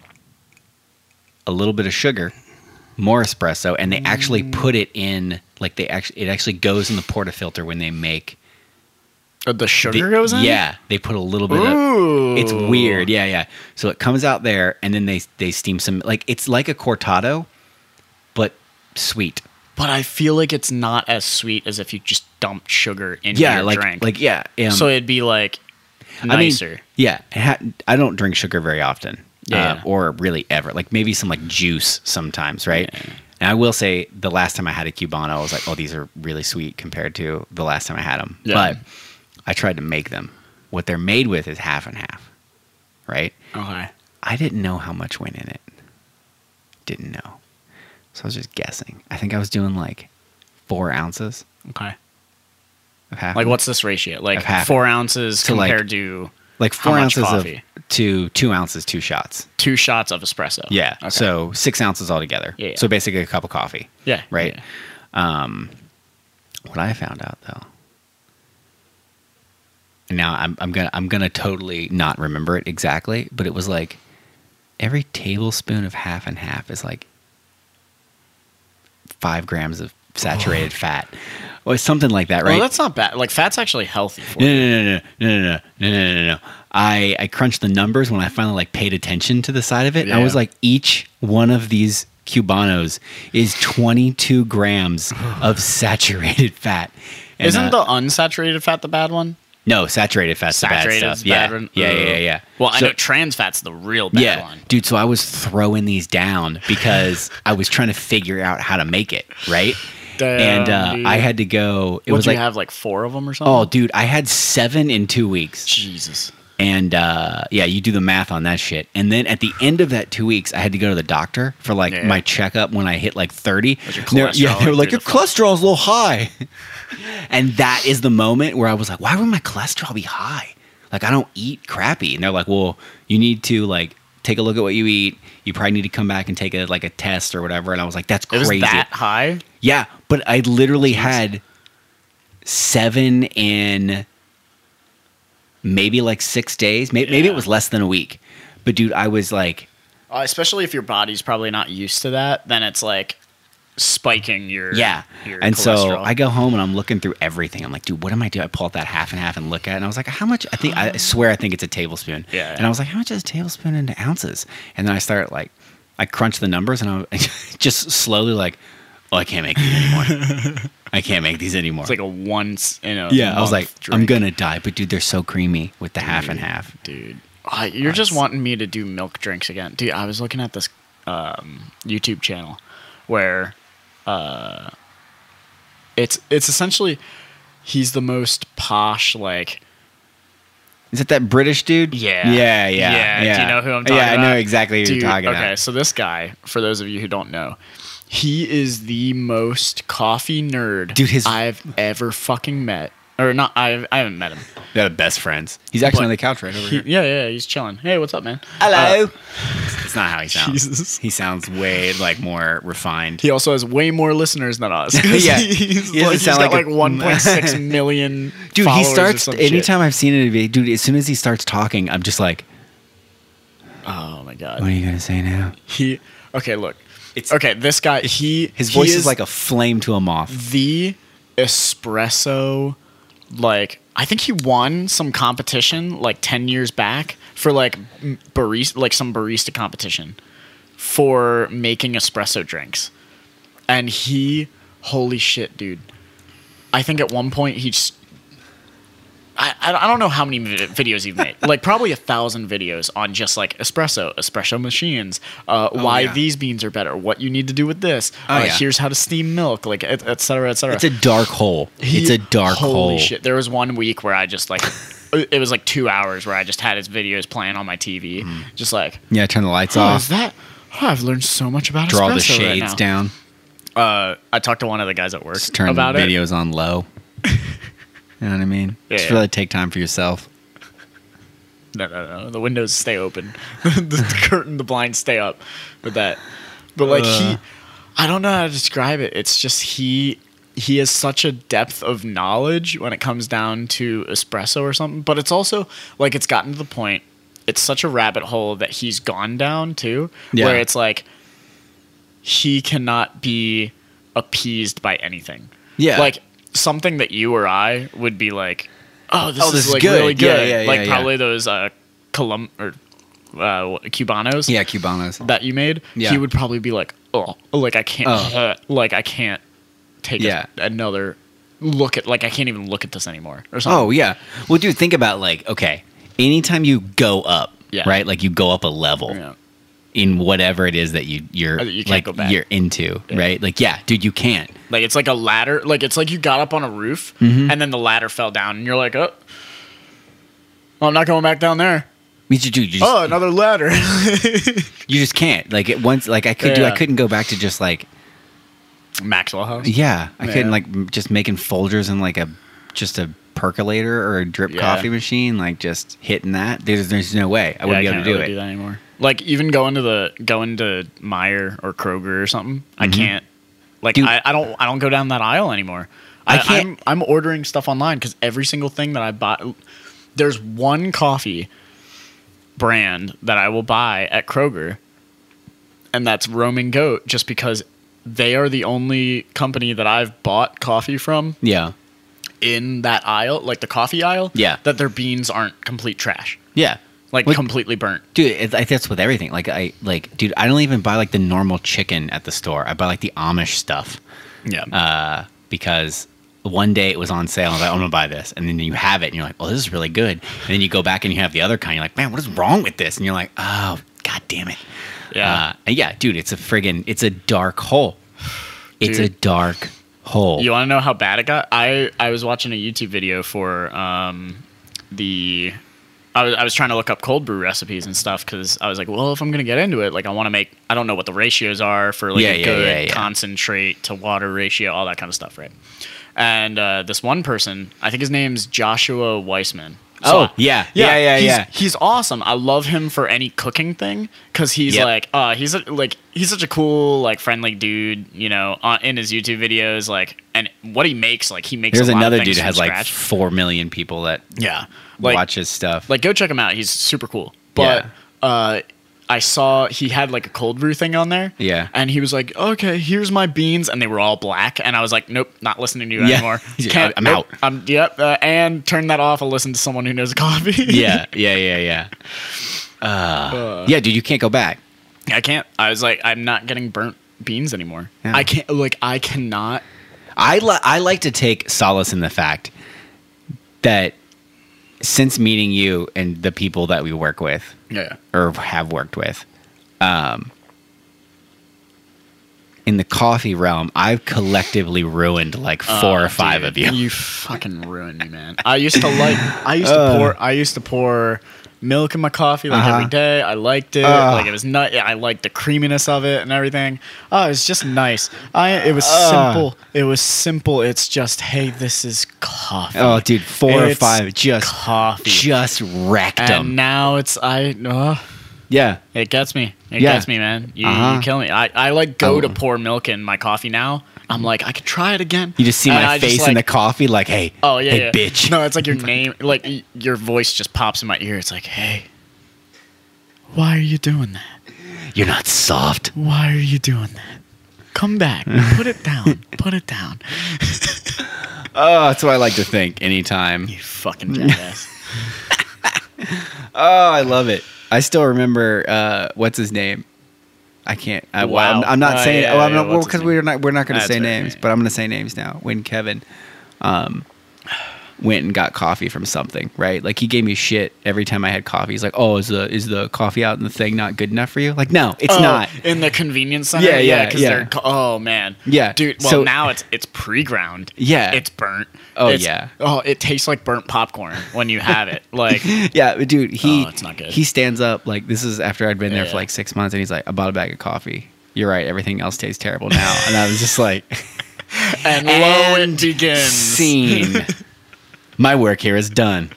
[SPEAKER 2] a little bit of sugar, more espresso, and they actually
[SPEAKER 1] Mm.
[SPEAKER 2] put it in like they actually it actually goes in the portafilter when they make
[SPEAKER 1] Uh, the
[SPEAKER 2] the-
[SPEAKER 1] sugar goes in?
[SPEAKER 2] Yeah, they put a little bit of
[SPEAKER 1] Ooh.
[SPEAKER 2] It's weird. Yeah, yeah. So it comes out there, and then they they steam some like it's like a cortado, but sweet.
[SPEAKER 1] But I feel like it's not as sweet as if you just dumped sugar into
[SPEAKER 2] Yeah,
[SPEAKER 1] your
[SPEAKER 2] like
[SPEAKER 1] drink.
[SPEAKER 2] like yeah. um,
[SPEAKER 1] so it'd be like
[SPEAKER 2] I mean,
[SPEAKER 1] nicer.
[SPEAKER 2] yeah, it ha- I don't drink sugar very often. uh,
[SPEAKER 1] Yeah.
[SPEAKER 2] or really ever. Like maybe some like juice sometimes, right? And I will say the last time I had a cubano, I was like, oh, these are really sweet compared to the last time I had them.
[SPEAKER 1] Yeah.
[SPEAKER 2] But I tried to make them. What they're made with is half and half, right?
[SPEAKER 1] okay.
[SPEAKER 2] I didn't know how much went in it. Didn't know. So I was just guessing. I think I was doing like four ounces
[SPEAKER 1] Okay.
[SPEAKER 2] of half.
[SPEAKER 1] Like what's this ratio? Like
[SPEAKER 2] I've had
[SPEAKER 1] four ounces
[SPEAKER 2] To, like-
[SPEAKER 1] compared to
[SPEAKER 2] Like four
[SPEAKER 1] much
[SPEAKER 2] ounces of
[SPEAKER 1] coffee?
[SPEAKER 2] to two ounces, two shots.
[SPEAKER 1] two shots of espresso.
[SPEAKER 2] Yeah.
[SPEAKER 1] Okay.
[SPEAKER 2] So six ounces altogether.
[SPEAKER 1] Yeah, yeah.
[SPEAKER 2] So basically a cup of coffee.
[SPEAKER 1] yeah.
[SPEAKER 2] Right.
[SPEAKER 1] yeah.
[SPEAKER 2] Um, what I found out though. and Now I'm I'm gonna I'm gonna totally not remember it exactly, but it was like every tablespoon of half and half is like five grams of saturated
[SPEAKER 1] Oh.
[SPEAKER 2] fat, or something like that, right?
[SPEAKER 1] Well, that's not bad. Like fat's actually healthy for
[SPEAKER 2] No,
[SPEAKER 1] you.
[SPEAKER 2] no, no, no, no, no, no, no, no, no, no. I, I crunched the numbers when I finally like paid attention to the side of it. I
[SPEAKER 1] Yeah.
[SPEAKER 2] was like, each one of these cubanos is 22 grams of saturated fat. And,
[SPEAKER 1] Isn't
[SPEAKER 2] uh,
[SPEAKER 1] the unsaturated fat the bad one?
[SPEAKER 2] no saturated fat's
[SPEAKER 1] Saturated
[SPEAKER 2] the bad
[SPEAKER 1] is
[SPEAKER 2] stuff?
[SPEAKER 1] bad
[SPEAKER 2] yeah.
[SPEAKER 1] one?
[SPEAKER 2] yeah, yeah,
[SPEAKER 1] Ugh.
[SPEAKER 2] yeah, yeah.
[SPEAKER 1] Well, I
[SPEAKER 2] So-
[SPEAKER 1] know trans fat's the real bad
[SPEAKER 2] yeah,
[SPEAKER 1] one.
[SPEAKER 2] dude. So I was throwing these down because I was trying to figure out how to make it right, and
[SPEAKER 1] Damn,
[SPEAKER 2] uh, I
[SPEAKER 1] dude.
[SPEAKER 2] had to go. It
[SPEAKER 1] Would
[SPEAKER 2] was
[SPEAKER 1] you
[SPEAKER 2] like,
[SPEAKER 1] have like four of them or something?
[SPEAKER 2] oh, dude, I had seven in two weeks.
[SPEAKER 1] Jesus.
[SPEAKER 2] And uh, yeah, you do the math on that shit. And then at the end of that two weeks, I had to go to the doctor for like
[SPEAKER 1] Yeah.
[SPEAKER 2] my checkup when I hit like 30.
[SPEAKER 1] Was your
[SPEAKER 2] And they were- yeah,
[SPEAKER 1] cholesterol
[SPEAKER 2] they were like,
[SPEAKER 1] through
[SPEAKER 2] your
[SPEAKER 1] the floor?"
[SPEAKER 2] cholesterol's a little high. and that is the moment where I was like, why would my cholesterol be high? Like, I don't eat crappy. And they're like, well, you need to like take a look at what you eat. You probably need to come back and take a like a test or whatever. And I was like, that's
[SPEAKER 1] It was
[SPEAKER 2] crazy.
[SPEAKER 1] that high?
[SPEAKER 2] Yeah, but I literally had seven in maybe like six days. Maybe, maybe it was less than a week. But dude, I was like,
[SPEAKER 1] Uh, especially if your body's probably not used to that, then it's like spiking your
[SPEAKER 2] yeah.
[SPEAKER 1] your
[SPEAKER 2] And so
[SPEAKER 1] cholesterol.
[SPEAKER 2] I go home and I'm looking through everything. I'm like, dude, what am I doing? I pull out that half and half and look at it. And I was like, how much? I think, I swear, I think it's a tablespoon.
[SPEAKER 1] Yeah, yeah.
[SPEAKER 2] And I was like, how much is a tablespoon into ounces? And then I start like, I crunch the numbers and I'm just slowly like, oh, I can't make these anymore. I can't make these anymore.
[SPEAKER 1] it's like a once in a
[SPEAKER 2] Yeah, I was like,
[SPEAKER 1] month Mm.
[SPEAKER 2] I'm
[SPEAKER 1] drink,
[SPEAKER 2] gonna die, but dude, they're so creamy with the half and half.
[SPEAKER 1] dude. Ah, you're just wanting me to do milk drinks again, dude. I was looking at this um, YouTube channel where uh, it's it's essentially he's the most posh like
[SPEAKER 2] Is it that British dude?
[SPEAKER 1] Yeah.
[SPEAKER 2] yeah, yeah,
[SPEAKER 1] Yeah, do you know who I'm talking
[SPEAKER 2] Yeah, I know
[SPEAKER 1] about?
[SPEAKER 2] exactly who
[SPEAKER 1] Dude,
[SPEAKER 2] you're talking
[SPEAKER 1] okay,
[SPEAKER 2] about.
[SPEAKER 1] so this guy, for those of you who don't know, he is the most coffee nerd
[SPEAKER 2] Dude, his-
[SPEAKER 1] I've ever fucking met. Or not, I've, I haven't met him.
[SPEAKER 2] They're the best friends. He's actually
[SPEAKER 1] But
[SPEAKER 2] on the couch right over
[SPEAKER 1] He,
[SPEAKER 2] here.
[SPEAKER 1] yeah, yeah, he's chilling. Hey, what's up, man? Uh,
[SPEAKER 2] It's not how he sounds.
[SPEAKER 1] Jesus.
[SPEAKER 2] He sounds way like more refined.
[SPEAKER 1] he also has way more listeners than us.
[SPEAKER 2] Yeah.
[SPEAKER 1] yeah,
[SPEAKER 2] He
[SPEAKER 1] he's,
[SPEAKER 2] doesn't
[SPEAKER 1] like, he's
[SPEAKER 2] sound
[SPEAKER 1] got like
[SPEAKER 2] like a-
[SPEAKER 1] 1.6 million.
[SPEAKER 2] dude, he
[SPEAKER 1] followers or
[SPEAKER 2] starts
[SPEAKER 1] some shit.
[SPEAKER 2] anytime I've seen it. be- Dude, as soon as he starts talking, I'm just like,
[SPEAKER 1] Oh my
[SPEAKER 2] what
[SPEAKER 1] god,
[SPEAKER 2] are you gonna say now?
[SPEAKER 1] he. Okay, look.
[SPEAKER 2] It's-
[SPEAKER 1] okay, this guy. He
[SPEAKER 2] His voice
[SPEAKER 1] he
[SPEAKER 2] is, like a flame to a moth.
[SPEAKER 1] the espresso like I think he won some competition like 10 years back for like m- barista like some barista competition for making espresso drinks. And he holy shit, dude. I think at one point he just I, I I don't know how many vi- videos you've made. like probably a thousand videos on just like espresso, espresso machines, uh, why
[SPEAKER 2] Oh, yeah.
[SPEAKER 1] these beans are better, what you need to do with this.
[SPEAKER 2] Oh,
[SPEAKER 1] uh,
[SPEAKER 2] yeah.
[SPEAKER 1] Here's how to steam milk, like et, et cetera, et cetera.
[SPEAKER 2] It's a dark hole.
[SPEAKER 1] He-
[SPEAKER 2] it's a dark
[SPEAKER 1] holy
[SPEAKER 2] hole.
[SPEAKER 1] shit! There was one week where I just like, it was like two hours where I just had his videos playing on my TV, just like,
[SPEAKER 2] Yeah, turn Mm. the lights
[SPEAKER 1] oh, is
[SPEAKER 2] off.
[SPEAKER 1] that? Oh, I've learned so much about
[SPEAKER 2] Draw the
[SPEAKER 1] espresso right
[SPEAKER 2] shades
[SPEAKER 1] now."
[SPEAKER 2] down.
[SPEAKER 1] I talked to one of the guys at work
[SPEAKER 2] Just turn
[SPEAKER 1] about
[SPEAKER 2] the
[SPEAKER 1] it.
[SPEAKER 2] videos on low. you know what I mean?
[SPEAKER 1] Yeah,
[SPEAKER 2] just
[SPEAKER 1] yeah.
[SPEAKER 2] really take time for yourself.
[SPEAKER 1] No, no, no. The windows stay open. the curtain, the blinds stay up with that. But like he I don't know how to describe it. It's just he he has such a depth of knowledge when it comes down to espresso or something. But it's also like it's gotten to the point it's such a rabbit hole that he's gone down too
[SPEAKER 2] Yeah.
[SPEAKER 1] where it's like he cannot be appeased by anything.
[SPEAKER 2] Yeah.
[SPEAKER 1] Like something that you or I would be like, oh, this,
[SPEAKER 2] Oh,
[SPEAKER 1] is,
[SPEAKER 2] this is
[SPEAKER 1] like
[SPEAKER 2] good.
[SPEAKER 1] really
[SPEAKER 2] Yeah,
[SPEAKER 1] good.
[SPEAKER 2] yeah, yeah,
[SPEAKER 1] like
[SPEAKER 2] yeah.
[SPEAKER 1] probably those uh, Colum or uh, what- Cubanos
[SPEAKER 2] Yeah, Cubanos.
[SPEAKER 1] that you made.
[SPEAKER 2] Yeah.
[SPEAKER 1] He would probably be like, oh, like I can't, uh,
[SPEAKER 2] Oh.
[SPEAKER 1] like I can't take a-
[SPEAKER 2] Yeah.
[SPEAKER 1] another look at, like I can't even look at this anymore or something.
[SPEAKER 2] Oh yeah. Well, dude, think about like okay, anytime you go up,
[SPEAKER 1] Yeah.
[SPEAKER 2] right? Like you go up a level
[SPEAKER 1] Yeah.
[SPEAKER 2] in whatever it is that you you're
[SPEAKER 1] Uh, you can't
[SPEAKER 2] like
[SPEAKER 1] go back.
[SPEAKER 2] you're into, right? Like yeah, dude, you can't.
[SPEAKER 1] Like it's like a ladder. Like it's like you got up on a roof
[SPEAKER 2] Mm-hmm.
[SPEAKER 1] and then the ladder fell down and you're like, oh, I'm not going back down there.
[SPEAKER 2] You just, dude, you just,
[SPEAKER 1] Oh, another ladder.
[SPEAKER 2] you just can't. Like it once, like I could do. I
[SPEAKER 1] Yeah.
[SPEAKER 2] couldn't go back to just like
[SPEAKER 1] Maxwell House.
[SPEAKER 2] yeah. I couldn't
[SPEAKER 1] Yeah.
[SPEAKER 2] like m- just making Folgers and like a just a percolator or a drip
[SPEAKER 1] Yeah.
[SPEAKER 2] coffee machine. Like just hitting that. There's there's no way
[SPEAKER 1] Yeah,
[SPEAKER 2] I wouldn't be
[SPEAKER 1] I
[SPEAKER 2] able
[SPEAKER 1] can't
[SPEAKER 2] to do
[SPEAKER 1] really
[SPEAKER 2] it.
[SPEAKER 1] do that anymore. Like even going to the going to Meyer or Kroger or something, I can't. Like
[SPEAKER 2] Mm-hmm. Dude.
[SPEAKER 1] I, I don't I don't go down that aisle anymore. I,
[SPEAKER 2] I can't-
[SPEAKER 1] I'm, I'm ordering stuff online because every single thing that I buy, there's one coffee brand that I will buy at Kroger, and that's Roaming Goat, just because they are the only company that I've bought coffee from
[SPEAKER 2] Yeah.
[SPEAKER 1] in that aisle, like the coffee aisle.
[SPEAKER 2] Yeah.
[SPEAKER 1] that their beans aren't complete trash,
[SPEAKER 2] Yeah.
[SPEAKER 1] like
[SPEAKER 2] What-
[SPEAKER 1] completely burnt.
[SPEAKER 2] Dude, it, I, that's with everything. Like I like, dude, I don't even buy like the normal chicken at the store. I buy like the Amish stuff
[SPEAKER 1] Yeah.
[SPEAKER 2] uh, because one day it was on sale. and I was like, I'm gonna buy this, and then you have it, and you're like, oh, this is really good. And then you go back and you have the other kind. You're like, man, what is wrong with this? And you're like, oh, god damn it.
[SPEAKER 1] yeah.
[SPEAKER 2] Uh, and yeah, dude, it's a friggin' it's a dark hole. It's
[SPEAKER 1] Dude.
[SPEAKER 2] a dark hole.
[SPEAKER 1] You want to know how bad it got? I I was watching a YouTube video for um the I was I was trying to look up cold brew recipes and stuff because I was like, well, if I'm gonna get into it, like I want to make I don't know what the ratios are for like
[SPEAKER 2] Yeah,
[SPEAKER 1] a
[SPEAKER 2] yeah,
[SPEAKER 1] good
[SPEAKER 2] yeah, yeah.
[SPEAKER 1] concentrate to water ratio, all that kind of stuff, right? And uh, this one person, I think his name's Joshua Weissman.
[SPEAKER 2] Oh, yeah, yeah, yeah,
[SPEAKER 1] he's,
[SPEAKER 2] yeah.
[SPEAKER 1] He's awesome. I love him for any cooking thing because he's
[SPEAKER 2] Yep.
[SPEAKER 1] like, uh, he's a, like, he's such a cool, like, friendly dude. You know, on, in his YouTube videos, like, and what he makes, like, he makes.
[SPEAKER 2] There's
[SPEAKER 1] a lot
[SPEAKER 2] another
[SPEAKER 1] of things
[SPEAKER 2] dude that
[SPEAKER 1] from
[SPEAKER 2] has like
[SPEAKER 1] scratch.
[SPEAKER 2] four million people that
[SPEAKER 1] yeah, like,
[SPEAKER 2] watch his stuff.
[SPEAKER 1] like go check him out. He's super cool. But uh, I saw he had like a cold brew thing on there.
[SPEAKER 2] Yeah.
[SPEAKER 1] And he was like, "Okay, here's my beans," and they were all black. And I was like, "Nope, not listening to you
[SPEAKER 2] Yeah.
[SPEAKER 1] anymore.
[SPEAKER 2] Yeah,
[SPEAKER 1] Can't-
[SPEAKER 2] I'm
[SPEAKER 1] nope,
[SPEAKER 2] out."
[SPEAKER 1] I'm yep." Uh, and turn that off. I'll listen to someone who knows coffee.
[SPEAKER 2] yeah, yeah, yeah, yeah. Uh, yeah, dude, you can't go back.
[SPEAKER 1] I can't. I was like, I'm not getting burnt beans anymore.
[SPEAKER 2] Yeah.
[SPEAKER 1] I can't. Like, I cannot.
[SPEAKER 2] I li- I like to take solace in the fact that since meeting you and the people that we work with
[SPEAKER 1] Yeah.
[SPEAKER 2] or have worked with, um, in the coffee realm, I've collectively ruined like four
[SPEAKER 1] Ah,
[SPEAKER 2] or five of you.
[SPEAKER 1] uh, You fucking ruined me, man. I used to like. I used to pour. I used to pour milk in my coffee like
[SPEAKER 2] Uh. Uh-huh. Uh.
[SPEAKER 1] every day. I liked it.
[SPEAKER 2] Ugh.
[SPEAKER 1] like it was nut. I liked the creaminess of it and everything. Oh, it was just nice. I. It was
[SPEAKER 2] Ugh.
[SPEAKER 1] simple. It was simple. It's just hey, this is coffee.
[SPEAKER 2] Oh, dude, four or
[SPEAKER 1] It's
[SPEAKER 2] five just
[SPEAKER 1] coffee.
[SPEAKER 2] just wrecked
[SPEAKER 1] and
[SPEAKER 2] them.
[SPEAKER 1] now it's I. Uh,
[SPEAKER 2] yeah,
[SPEAKER 1] It gets me. It
[SPEAKER 2] Yeah.
[SPEAKER 1] gets me, man. You,
[SPEAKER 2] Uh-huh.
[SPEAKER 1] you kill me. I, I like go to
[SPEAKER 2] Oh.
[SPEAKER 1] pour milk in my coffee now. I'm like, I could try it again.
[SPEAKER 2] you just see
[SPEAKER 1] And
[SPEAKER 2] my
[SPEAKER 1] I just,
[SPEAKER 2] face in the
[SPEAKER 1] like,
[SPEAKER 2] coffee, like, hey,
[SPEAKER 1] Oh yeah,
[SPEAKER 2] hey,
[SPEAKER 1] yeah.
[SPEAKER 2] bitch.
[SPEAKER 1] No, it's like your name, like y- your voice just pops in my ear. It's like, hey, why are you doing that?
[SPEAKER 2] You're not soft.
[SPEAKER 1] Why are you doing that? Come back. Put it down. Put it down.
[SPEAKER 2] Oh, that's what I like to think anytime.
[SPEAKER 1] You fucking jackass.
[SPEAKER 2] Oh, I love it. I still remember uh, what's his name. I can't. I, well,
[SPEAKER 1] Wow.
[SPEAKER 2] I'm, I'm not
[SPEAKER 1] Oh,
[SPEAKER 2] saying.
[SPEAKER 1] yeah,
[SPEAKER 2] oh, I'm
[SPEAKER 1] yeah,
[SPEAKER 2] not. Well,
[SPEAKER 1] what's his
[SPEAKER 2] because
[SPEAKER 1] name?
[SPEAKER 2] we're not. We're not going to
[SPEAKER 1] That's
[SPEAKER 2] say
[SPEAKER 1] right,
[SPEAKER 2] names,
[SPEAKER 1] yeah.
[SPEAKER 2] but I'm going to say names now. When Kevin um, went and got coffee from something, right? Like he gave me shit every time I had coffee. He's like, "Oh, is the is the coffee out in the thing not good enough for you?" Like, no, it's
[SPEAKER 1] Oh,
[SPEAKER 2] not.
[SPEAKER 1] in the convenience center.
[SPEAKER 2] Yeah, yeah,
[SPEAKER 1] Because
[SPEAKER 2] yeah.
[SPEAKER 1] they're co- oh man.
[SPEAKER 2] Yeah,
[SPEAKER 1] dude. Well,
[SPEAKER 2] so-
[SPEAKER 1] now it's it's pre-ground.
[SPEAKER 2] Yeah.
[SPEAKER 1] it's burnt.
[SPEAKER 2] Oh,
[SPEAKER 1] It's-
[SPEAKER 2] yeah.
[SPEAKER 1] Oh, it tastes like burnt popcorn when you have it. Like
[SPEAKER 2] Yeah, but dude, he
[SPEAKER 1] Oh, it's not good.
[SPEAKER 2] he stands up like this is after I'd been there
[SPEAKER 1] Yeah.
[SPEAKER 2] for like six months, and he's like, "I bought a bag of coffee." You're right. Everything else tastes terrible now, and I was just like.
[SPEAKER 1] and, lo it
[SPEAKER 2] And
[SPEAKER 1] begins.
[SPEAKER 2] Scene. My work here is done.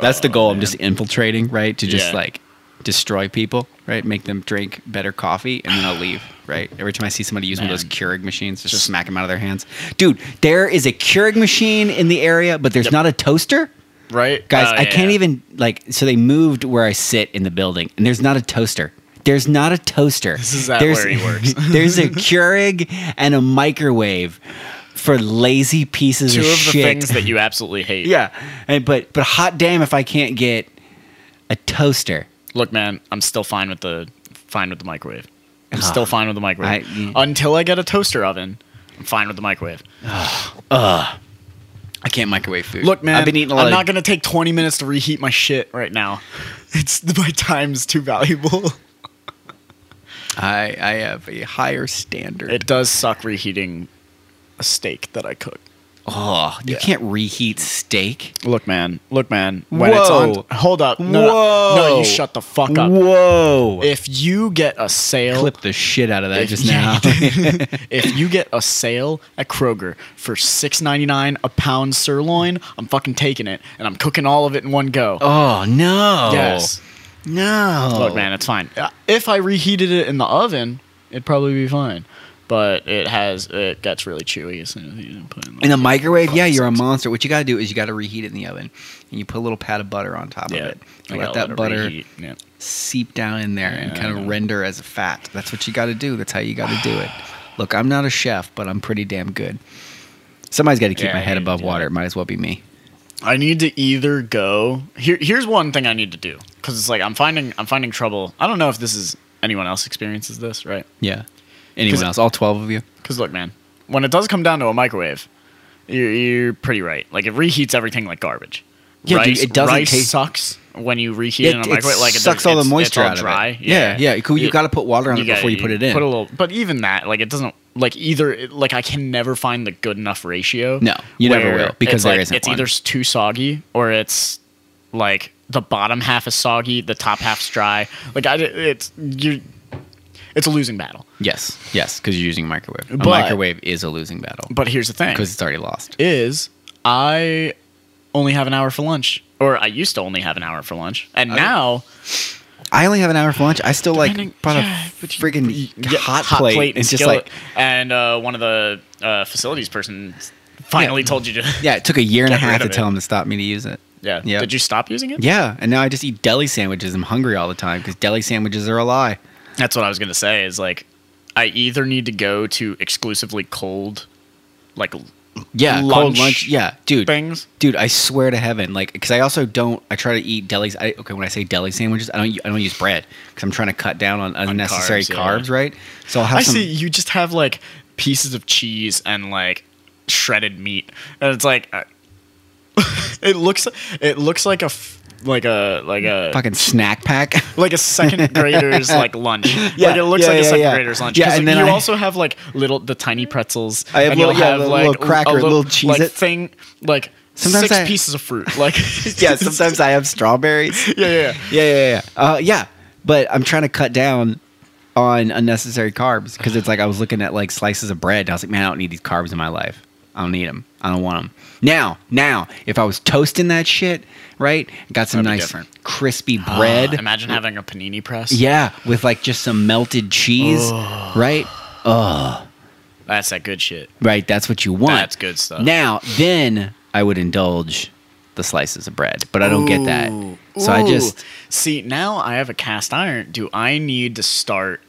[SPEAKER 2] That's the goal. I'm just infiltrating, right? To just
[SPEAKER 1] Oh, Yeah.
[SPEAKER 2] like destroy people, right? Make them drink better coffee, and then I'll leave, right? Every time I see somebody use one of those
[SPEAKER 1] Man.
[SPEAKER 2] Keurig machines, just,
[SPEAKER 1] Just-
[SPEAKER 2] smack them out of their hands. Dude, there is a Keurig machine in the area, but there's not a toaster.
[SPEAKER 1] right,
[SPEAKER 2] Guys,
[SPEAKER 1] Oh,
[SPEAKER 2] I can't
[SPEAKER 1] yeah.
[SPEAKER 2] even like. So they moved where I sit in the building, and there's not a toaster. There's not a toaster. This
[SPEAKER 1] is at
[SPEAKER 2] there's,
[SPEAKER 1] where he works.
[SPEAKER 2] there's a Keurig and a microwave for lazy pieces
[SPEAKER 1] Two
[SPEAKER 2] of,
[SPEAKER 1] of the
[SPEAKER 2] shit.
[SPEAKER 1] things that you absolutely hate.
[SPEAKER 2] yeah, and but but hot damn if I can't get a toaster.
[SPEAKER 1] Look, man, I'm still fine with the fine with the microwave. I'm
[SPEAKER 2] Ah.
[SPEAKER 1] still fine with the microwave
[SPEAKER 2] I- mm.
[SPEAKER 1] until I get a toaster oven. I'm fine with the microwave.
[SPEAKER 2] I can't microwave food.
[SPEAKER 1] Look, man,
[SPEAKER 2] I've been eating a lot.
[SPEAKER 1] I'm
[SPEAKER 2] of,
[SPEAKER 1] not gonna take 20 minutes to reheat my shit right now. It's my time's too valuable.
[SPEAKER 2] I I have a higher standard.
[SPEAKER 1] It does suck reheating a steak that I cook.
[SPEAKER 2] oh, you
[SPEAKER 1] Yeah.
[SPEAKER 2] can't reheat steak.
[SPEAKER 1] Look, man. Look, man. When
[SPEAKER 2] Whoa.
[SPEAKER 1] it's on, hold up. No, no, no,
[SPEAKER 2] Whoa.
[SPEAKER 1] you shut the fuck up.
[SPEAKER 2] Whoa!
[SPEAKER 1] If you get a sale,
[SPEAKER 2] Clip the shit out of that
[SPEAKER 1] if,
[SPEAKER 2] just
[SPEAKER 1] yeah,
[SPEAKER 2] now.
[SPEAKER 1] if you get a sale at Kroger for six ninety nine a pound sirloin, I'm fucking taking it, and I'm cooking all of it in one go.
[SPEAKER 2] Oh no!
[SPEAKER 1] Yes.
[SPEAKER 2] No.
[SPEAKER 1] Look, man, it's fine. Uh, If I reheated it in the oven, it'd probably be fine. But it has it gets really chewy as soon as you put it in.
[SPEAKER 2] In the microwave, yeah,
[SPEAKER 1] Fuck
[SPEAKER 2] you're a
[SPEAKER 1] sakes.
[SPEAKER 2] monster. What you got to do is you got to reheat it in the oven, and you put a little pat of butter on top
[SPEAKER 1] yeah,
[SPEAKER 2] of it.
[SPEAKER 1] I
[SPEAKER 2] And let
[SPEAKER 1] gotta
[SPEAKER 2] that
[SPEAKER 1] it
[SPEAKER 2] butter
[SPEAKER 1] reheat, yeah.
[SPEAKER 2] seep down in there and
[SPEAKER 1] Yeah, I
[SPEAKER 2] kind of
[SPEAKER 1] know.
[SPEAKER 2] render as a fat. That's what you got to do. That's how you got to do it. Look, I'm not a chef, but I'm pretty damn good. Somebody's got to keep
[SPEAKER 1] Yeah,
[SPEAKER 2] my
[SPEAKER 1] I
[SPEAKER 2] head
[SPEAKER 1] need to
[SPEAKER 2] above
[SPEAKER 1] do
[SPEAKER 2] water.
[SPEAKER 1] that.
[SPEAKER 2] It might as well be me.
[SPEAKER 1] I need to either go. Here, here's one thing I need to do because it's like I'm finding I'm finding trouble. I don't know if this is anyone else experiences this, right?
[SPEAKER 2] Yeah. Anyone
[SPEAKER 1] 'Cause-
[SPEAKER 2] else? All twelve of you?
[SPEAKER 1] Because look, man, when it does come down to a microwave, you're, you're pretty right. Like it reheats everything like garbage.
[SPEAKER 2] Yeah, dude, it doesn't
[SPEAKER 1] rice
[SPEAKER 2] taste-
[SPEAKER 1] sucks when you reheat it, in a microwave. like it
[SPEAKER 2] sucks
[SPEAKER 1] does-
[SPEAKER 2] all the
[SPEAKER 1] it's-
[SPEAKER 2] moisture
[SPEAKER 1] it's all
[SPEAKER 2] out
[SPEAKER 1] dry.
[SPEAKER 2] of it. Yeah, yeah. You, you got to put water on it
[SPEAKER 1] gotta-
[SPEAKER 2] before you, put it in.
[SPEAKER 1] Put a little, but even that, like it doesn't. Like either, it- like I can never find the good enough ratio.
[SPEAKER 2] No, you never
[SPEAKER 1] where
[SPEAKER 2] will, because
[SPEAKER 1] it's
[SPEAKER 2] there
[SPEAKER 1] like,
[SPEAKER 2] isn't
[SPEAKER 1] It's
[SPEAKER 2] one.
[SPEAKER 1] either s- too soggy or it's like the bottom half is soggy, the top half's dry. Like I, it's you, it's a losing battle.
[SPEAKER 2] yes, yes, because you're using a microwave. A
[SPEAKER 1] But-
[SPEAKER 2] microwave is a losing battle
[SPEAKER 1] But here's the thing:
[SPEAKER 2] because it's already lost.
[SPEAKER 1] is I only have an hour for lunch, or I used to only have an hour for lunch, and now
[SPEAKER 2] I only have an hour for lunch. I still like
[SPEAKER 1] Depending-
[SPEAKER 2] bought
[SPEAKER 1] yeah,
[SPEAKER 2] a
[SPEAKER 1] but you-
[SPEAKER 2] freaking
[SPEAKER 1] yeah,
[SPEAKER 2] hot, plate.
[SPEAKER 1] and
[SPEAKER 2] It's just
[SPEAKER 1] skillet.
[SPEAKER 2] like
[SPEAKER 1] and uh, one of the uh, facilities person finally told you to.
[SPEAKER 2] yeah, it took a year and a
[SPEAKER 1] Get rid
[SPEAKER 2] half to
[SPEAKER 1] of
[SPEAKER 2] tell
[SPEAKER 1] it.
[SPEAKER 2] him to stop me to use it.
[SPEAKER 1] Yeah.
[SPEAKER 2] Yeah.
[SPEAKER 1] Did you stop using it?
[SPEAKER 2] Yeah, and now I just eat deli sandwiches. I'm hungry all the time because deli sandwiches are a lie.
[SPEAKER 1] That's what I was gonna say. Is like, I either need to go to exclusively cold, like
[SPEAKER 2] Yeah, cold
[SPEAKER 1] Lunch
[SPEAKER 2] lunch. Yeah, dude.
[SPEAKER 1] things.
[SPEAKER 2] Dude, I swear to heaven, like, because I also don't. I try to eat delis. I, okay, when I say deli sandwiches, I don't. u- I don't use bread because I'm trying to cut down on unnecessary
[SPEAKER 1] carbs,
[SPEAKER 2] carbs,
[SPEAKER 1] yeah.
[SPEAKER 2] right? So I'll have
[SPEAKER 1] I
[SPEAKER 2] some.
[SPEAKER 1] see you just have like pieces of cheese and like shredded meat, and it's like uh, it looks it looks like a f- like a like a
[SPEAKER 2] Fucking snack pack.
[SPEAKER 1] like a second grader's like lunch.
[SPEAKER 2] Yeah,
[SPEAKER 1] like it looks
[SPEAKER 2] yeah,
[SPEAKER 1] like
[SPEAKER 2] yeah,
[SPEAKER 1] a second
[SPEAKER 2] yeah.
[SPEAKER 1] grader's lunch.
[SPEAKER 2] Yeah,
[SPEAKER 1] 'Cause
[SPEAKER 2] and then
[SPEAKER 1] you
[SPEAKER 2] I-
[SPEAKER 1] also have like little the tiny pretzels.
[SPEAKER 2] I have
[SPEAKER 1] and
[SPEAKER 2] little-
[SPEAKER 1] you'll
[SPEAKER 2] yeah,
[SPEAKER 1] have
[SPEAKER 2] little-
[SPEAKER 1] like
[SPEAKER 2] little cracker,
[SPEAKER 1] a
[SPEAKER 2] little
[SPEAKER 1] like,
[SPEAKER 2] Cheez-It.
[SPEAKER 1] thing, like
[SPEAKER 2] Sometimes
[SPEAKER 1] six
[SPEAKER 2] I-
[SPEAKER 1] pieces of fruit. Like
[SPEAKER 2] yeah, sometimes I have strawberries.
[SPEAKER 1] yeah, yeah,
[SPEAKER 2] yeah, yeah, yeah. Uh, yeah, but I'm trying to cut down on unnecessary carbs because it's like I was looking at like slices of bread. And I was like, man, I don't need these carbs in my life. I don't need them. I don't want them. Now, now, if I was toasting that shit, right, got some
[SPEAKER 1] That'd be
[SPEAKER 2] nice
[SPEAKER 1] different.
[SPEAKER 2] crispy
[SPEAKER 1] yeah.
[SPEAKER 2] bread.
[SPEAKER 1] Ah, imagine having a panini press.
[SPEAKER 2] yeah, with like just some melted cheese, right?
[SPEAKER 1] that's that good shit.
[SPEAKER 2] Right, that's what you want.
[SPEAKER 1] That's good stuff.
[SPEAKER 2] Now, then I would indulge the slices of bread, but I don't get that.
[SPEAKER 1] Ooh.
[SPEAKER 2] So I
[SPEAKER 1] Ooh.
[SPEAKER 2] just
[SPEAKER 1] see now I have a cast iron. Do I need to start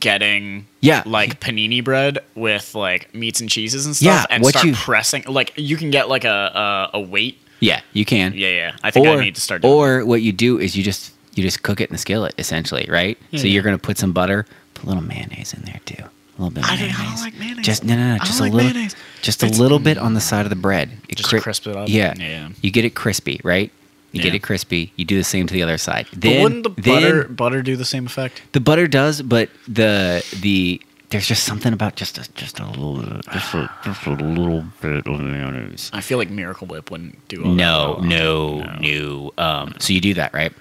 [SPEAKER 1] getting
[SPEAKER 2] Yeah.
[SPEAKER 1] like panini bread with like meats and cheeses and stuff
[SPEAKER 2] Yeah,
[SPEAKER 1] and
[SPEAKER 2] what
[SPEAKER 1] start
[SPEAKER 2] you-
[SPEAKER 1] pressing like you can get like a a, a weight.
[SPEAKER 2] Yeah, you can.
[SPEAKER 1] Yeah, yeah. I think I need to start doing
[SPEAKER 2] Or what you do is you just you just cook it in the skillet, essentially, right?
[SPEAKER 1] Yeah,
[SPEAKER 2] so
[SPEAKER 1] yeah.
[SPEAKER 2] you're gonna put some butter, put a little mayonnaise in there too. A little bit of
[SPEAKER 1] I don't- I
[SPEAKER 2] mayonnaise.
[SPEAKER 1] don't like mayonnaise.
[SPEAKER 2] Just no, no,
[SPEAKER 1] I
[SPEAKER 2] no.
[SPEAKER 1] don't
[SPEAKER 2] Just
[SPEAKER 1] like
[SPEAKER 2] a little.
[SPEAKER 1] mayonnaise.
[SPEAKER 2] Just a
[SPEAKER 1] It's-
[SPEAKER 2] little bit on the side of the bread. It
[SPEAKER 1] Just to crisp it up.
[SPEAKER 2] Yeah.
[SPEAKER 1] Yeah.
[SPEAKER 2] You get it crispy, right? You get
[SPEAKER 1] Yeah.
[SPEAKER 2] it crispy. You do the same to the other side.
[SPEAKER 1] But
[SPEAKER 2] Then,
[SPEAKER 1] wouldn't the
[SPEAKER 2] then
[SPEAKER 1] butter butter do the same effect?
[SPEAKER 2] the butter does, but the the there's just something about just a, just a little just a, just a little bit of mayonnaise.
[SPEAKER 1] I feel like Miracle Whip wouldn't do all
[SPEAKER 2] No,
[SPEAKER 1] that.
[SPEAKER 2] no, no. Um, so you do that, right?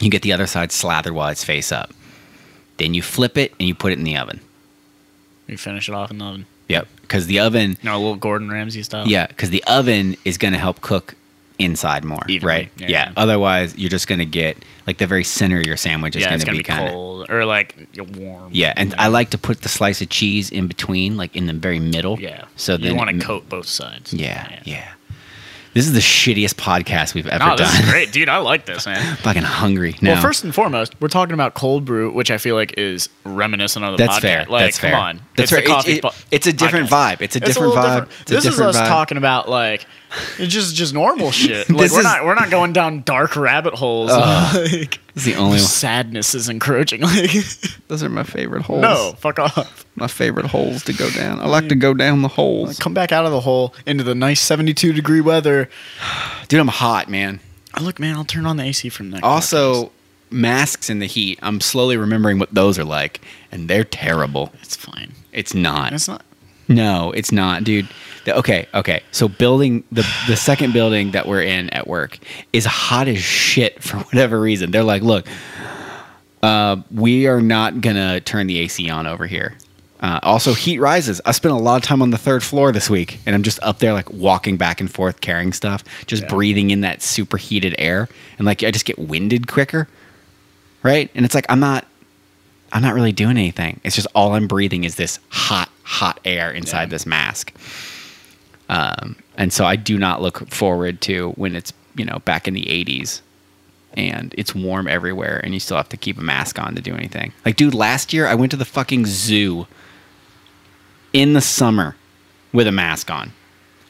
[SPEAKER 2] You get the other side slathered while it's face up. Then you flip it and you put it in the oven.
[SPEAKER 1] You finish it off in the oven.
[SPEAKER 2] Yep. Because the oven,
[SPEAKER 1] No, a little Gordon Ramsay style.
[SPEAKER 2] yeah, because the oven is going to help cook inside more,
[SPEAKER 1] Evenly,
[SPEAKER 2] right?
[SPEAKER 1] yeah.
[SPEAKER 2] Yeah. Otherwise, you're just going to get like the very center of your sandwich is
[SPEAKER 1] yeah,
[SPEAKER 2] going
[SPEAKER 1] it's
[SPEAKER 2] to
[SPEAKER 1] gonna
[SPEAKER 2] be,
[SPEAKER 1] be
[SPEAKER 2] kind of.
[SPEAKER 1] cold or like warm.
[SPEAKER 2] Yeah, and I like to put the slice of cheese in between, like in the very middle.
[SPEAKER 1] yeah.
[SPEAKER 2] So
[SPEAKER 1] you
[SPEAKER 2] then
[SPEAKER 1] want
[SPEAKER 2] it-
[SPEAKER 1] to coat both sides.
[SPEAKER 2] Yeah, yeah. This is the shittiest podcast we've ever
[SPEAKER 1] No,
[SPEAKER 2] done.
[SPEAKER 1] this is great, dude. I like this, man.
[SPEAKER 2] Fucking hungry now.
[SPEAKER 1] Well, first and foremost, we're talking about cold brew, which I feel like is reminiscent of the
[SPEAKER 2] That's
[SPEAKER 1] podcast.
[SPEAKER 2] fair.
[SPEAKER 1] Like,
[SPEAKER 2] That's
[SPEAKER 1] come
[SPEAKER 2] fair.
[SPEAKER 1] on, it's
[SPEAKER 2] That's fair.
[SPEAKER 1] The
[SPEAKER 2] It-
[SPEAKER 1] coffee
[SPEAKER 2] it-
[SPEAKER 1] po-
[SPEAKER 2] it's a different
[SPEAKER 1] podcast.
[SPEAKER 2] vibe. It's a
[SPEAKER 1] It's
[SPEAKER 2] different
[SPEAKER 1] little
[SPEAKER 2] vibe. It's a
[SPEAKER 1] this
[SPEAKER 2] different
[SPEAKER 1] is us
[SPEAKER 2] vibe.
[SPEAKER 1] talking about like it's just just normal shit. Like
[SPEAKER 2] This
[SPEAKER 1] we're
[SPEAKER 2] is-
[SPEAKER 1] not we're not going down dark rabbit holes. like
[SPEAKER 2] This is the only one.
[SPEAKER 1] sadness is encroaching. Like
[SPEAKER 3] Those are my favorite holes.
[SPEAKER 1] no, fuck off.
[SPEAKER 3] My favorite holes to go down. I like to go down the holes.
[SPEAKER 1] Come back out of the hole into the nice seventy-two degree weather.
[SPEAKER 2] Dude, I'm hot, man.
[SPEAKER 1] Oh, look, man, I'll turn on the AC from next.
[SPEAKER 2] Also, masks in the heat. I'm slowly remembering what those are like, and they're terrible.
[SPEAKER 1] it's fine.
[SPEAKER 2] It's not.
[SPEAKER 1] It's not.
[SPEAKER 2] no, it's not, dude. The- okay, okay. So building the the second building that we're in at work is hot as shit for whatever reason. They're like, look, uh, we are not gonna turn the AC on over here. Uh, also, heat rises. I spent a lot of time on the third floor this week, and I'm just up there, like walking back and forth, carrying stuff, just
[SPEAKER 1] Yeah.
[SPEAKER 2] breathing in that superheated air, and like I just get winded quicker, right? And it's like I'm not, I'm not really doing anything. It's just all I'm breathing is this hot, hot air inside
[SPEAKER 1] Yeah.
[SPEAKER 2] this mask. Um, and so I do not look forward to when it's you know back in the 80s and it's warm everywhere and you still have to keep a mask on to do anything. Like dude, last year I went to the fucking zoo in the summer with a mask on.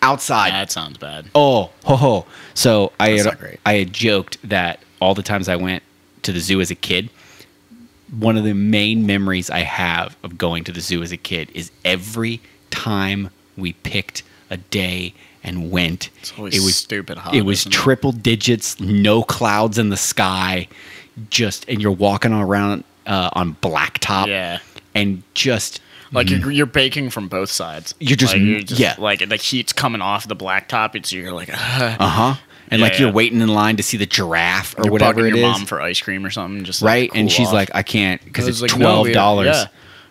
[SPEAKER 2] Outside.
[SPEAKER 1] That sounds bad.
[SPEAKER 2] Oh, ho ho. So I
[SPEAKER 1] That's not
[SPEAKER 2] had,
[SPEAKER 1] great.
[SPEAKER 2] I had joked that all the times I went to the zoo as a kid, one of the main memories I have of going to the zoo as a kid is every time we picked a day and went,
[SPEAKER 1] It's always stupid hot,
[SPEAKER 2] It was
[SPEAKER 1] isn't it?
[SPEAKER 2] triple digits, no clouds in the sky, just and you're walking around uh, on blacktop,
[SPEAKER 1] Yeah.
[SPEAKER 2] and just
[SPEAKER 1] Like you're, you're baking from both sides.
[SPEAKER 2] Mm-hmm. You're just-
[SPEAKER 1] like,
[SPEAKER 2] yeah.
[SPEAKER 1] Like the heat's coming off the blacktop, and so you're like, uh,
[SPEAKER 2] uh huh, and
[SPEAKER 1] Yeah,
[SPEAKER 2] like you're
[SPEAKER 1] yeah.
[SPEAKER 2] waiting in line to see the giraffe or
[SPEAKER 1] you're
[SPEAKER 2] whatever
[SPEAKER 1] bugging
[SPEAKER 2] it is.
[SPEAKER 1] your mom for ice cream or something. Just like,
[SPEAKER 2] right?
[SPEAKER 1] to
[SPEAKER 2] and
[SPEAKER 1] cool
[SPEAKER 2] she's
[SPEAKER 1] off.
[SPEAKER 2] like, I can't
[SPEAKER 1] I
[SPEAKER 2] because
[SPEAKER 1] was
[SPEAKER 2] it's
[SPEAKER 1] like, no,
[SPEAKER 2] twelve
[SPEAKER 1] we-
[SPEAKER 2] dollars.
[SPEAKER 1] yeah.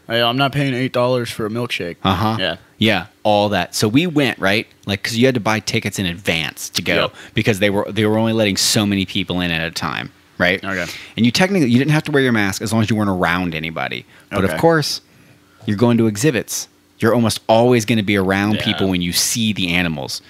[SPEAKER 1] I- I'm not paying eight dollars for a milkshake.
[SPEAKER 2] Uh huh.
[SPEAKER 1] Yeah.
[SPEAKER 2] Yeah. All that. So we went right, like, because you had to buy tickets in advance to go
[SPEAKER 1] Yep.
[SPEAKER 2] because they were they were only letting so many people in at a time, right?
[SPEAKER 1] Okay.
[SPEAKER 2] And you technically you didn't have to wear your mask as long as you weren't around anybody. But of
[SPEAKER 1] Okay.
[SPEAKER 2] course, you're going to exhibits. You're almost always going to be around
[SPEAKER 1] Yeah.
[SPEAKER 2] people when you see the animals.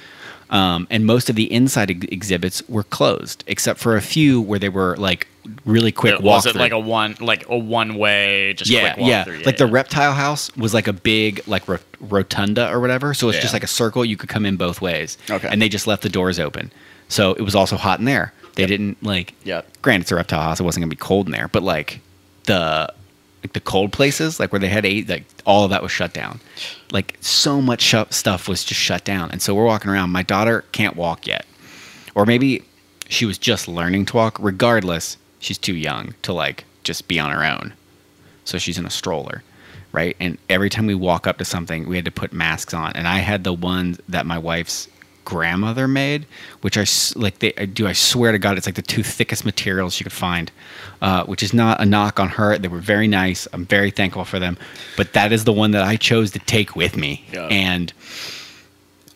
[SPEAKER 2] Um, and most of the inside ex- exhibits were closed, except for a few where they were like really quick
[SPEAKER 1] It, was it
[SPEAKER 2] walkthrough.
[SPEAKER 1] like a one like a one way just
[SPEAKER 2] yeah,
[SPEAKER 1] quick walk
[SPEAKER 2] yeah.
[SPEAKER 1] through?
[SPEAKER 2] Like the reptile house was like a big like ro- rotunda or whatever, so it's
[SPEAKER 1] Yeah.
[SPEAKER 2] just like a circle. You could come in both ways.
[SPEAKER 1] Okay.
[SPEAKER 2] And they just left the doors open, so it was also hot in there. They didn't like.
[SPEAKER 1] Yep.
[SPEAKER 2] Granted, it's a reptile house. It wasn't gonna be cold in there, but like the like the cold places, like where they had eight, like all of that was shut down. Like so much shu stuff was just shut down, and so we're walking around. My daughter can't walk yet, or maybe she was just learning to walk. Regardless, she's too young to like just be on her own so she's in a stroller right and every time we walk up to something we had to put masks on and i had the ones that my wife's grandmother made which i s- like they I do i swear to god it's like the two thickest materials she could find uh, which is not a knock on her they were very nice i'm very thankful for them but that is the one that i chose to take with me
[SPEAKER 1] Yeah.
[SPEAKER 2] and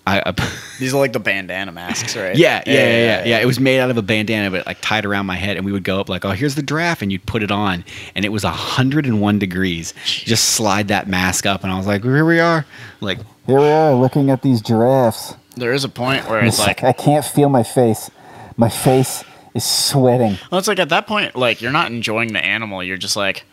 [SPEAKER 2] i
[SPEAKER 1] These are like the bandana masks, right?
[SPEAKER 2] yeah, yeah, yeah, yeah, yeah, It was made out of a bandana, but like tied around my head, and we would go up like, "Oh, here's the draft," and you'd put it on, and it was hundred and one degrees. Just slide that mask up, and I was like, "Here we are!" Like,
[SPEAKER 4] Here we are looking at these giraffes.
[SPEAKER 1] There is a point where it's like
[SPEAKER 4] I can't feel my face. My face is sweating.
[SPEAKER 1] Well, it's like at that point, like you're not enjoying the animal. You're just like,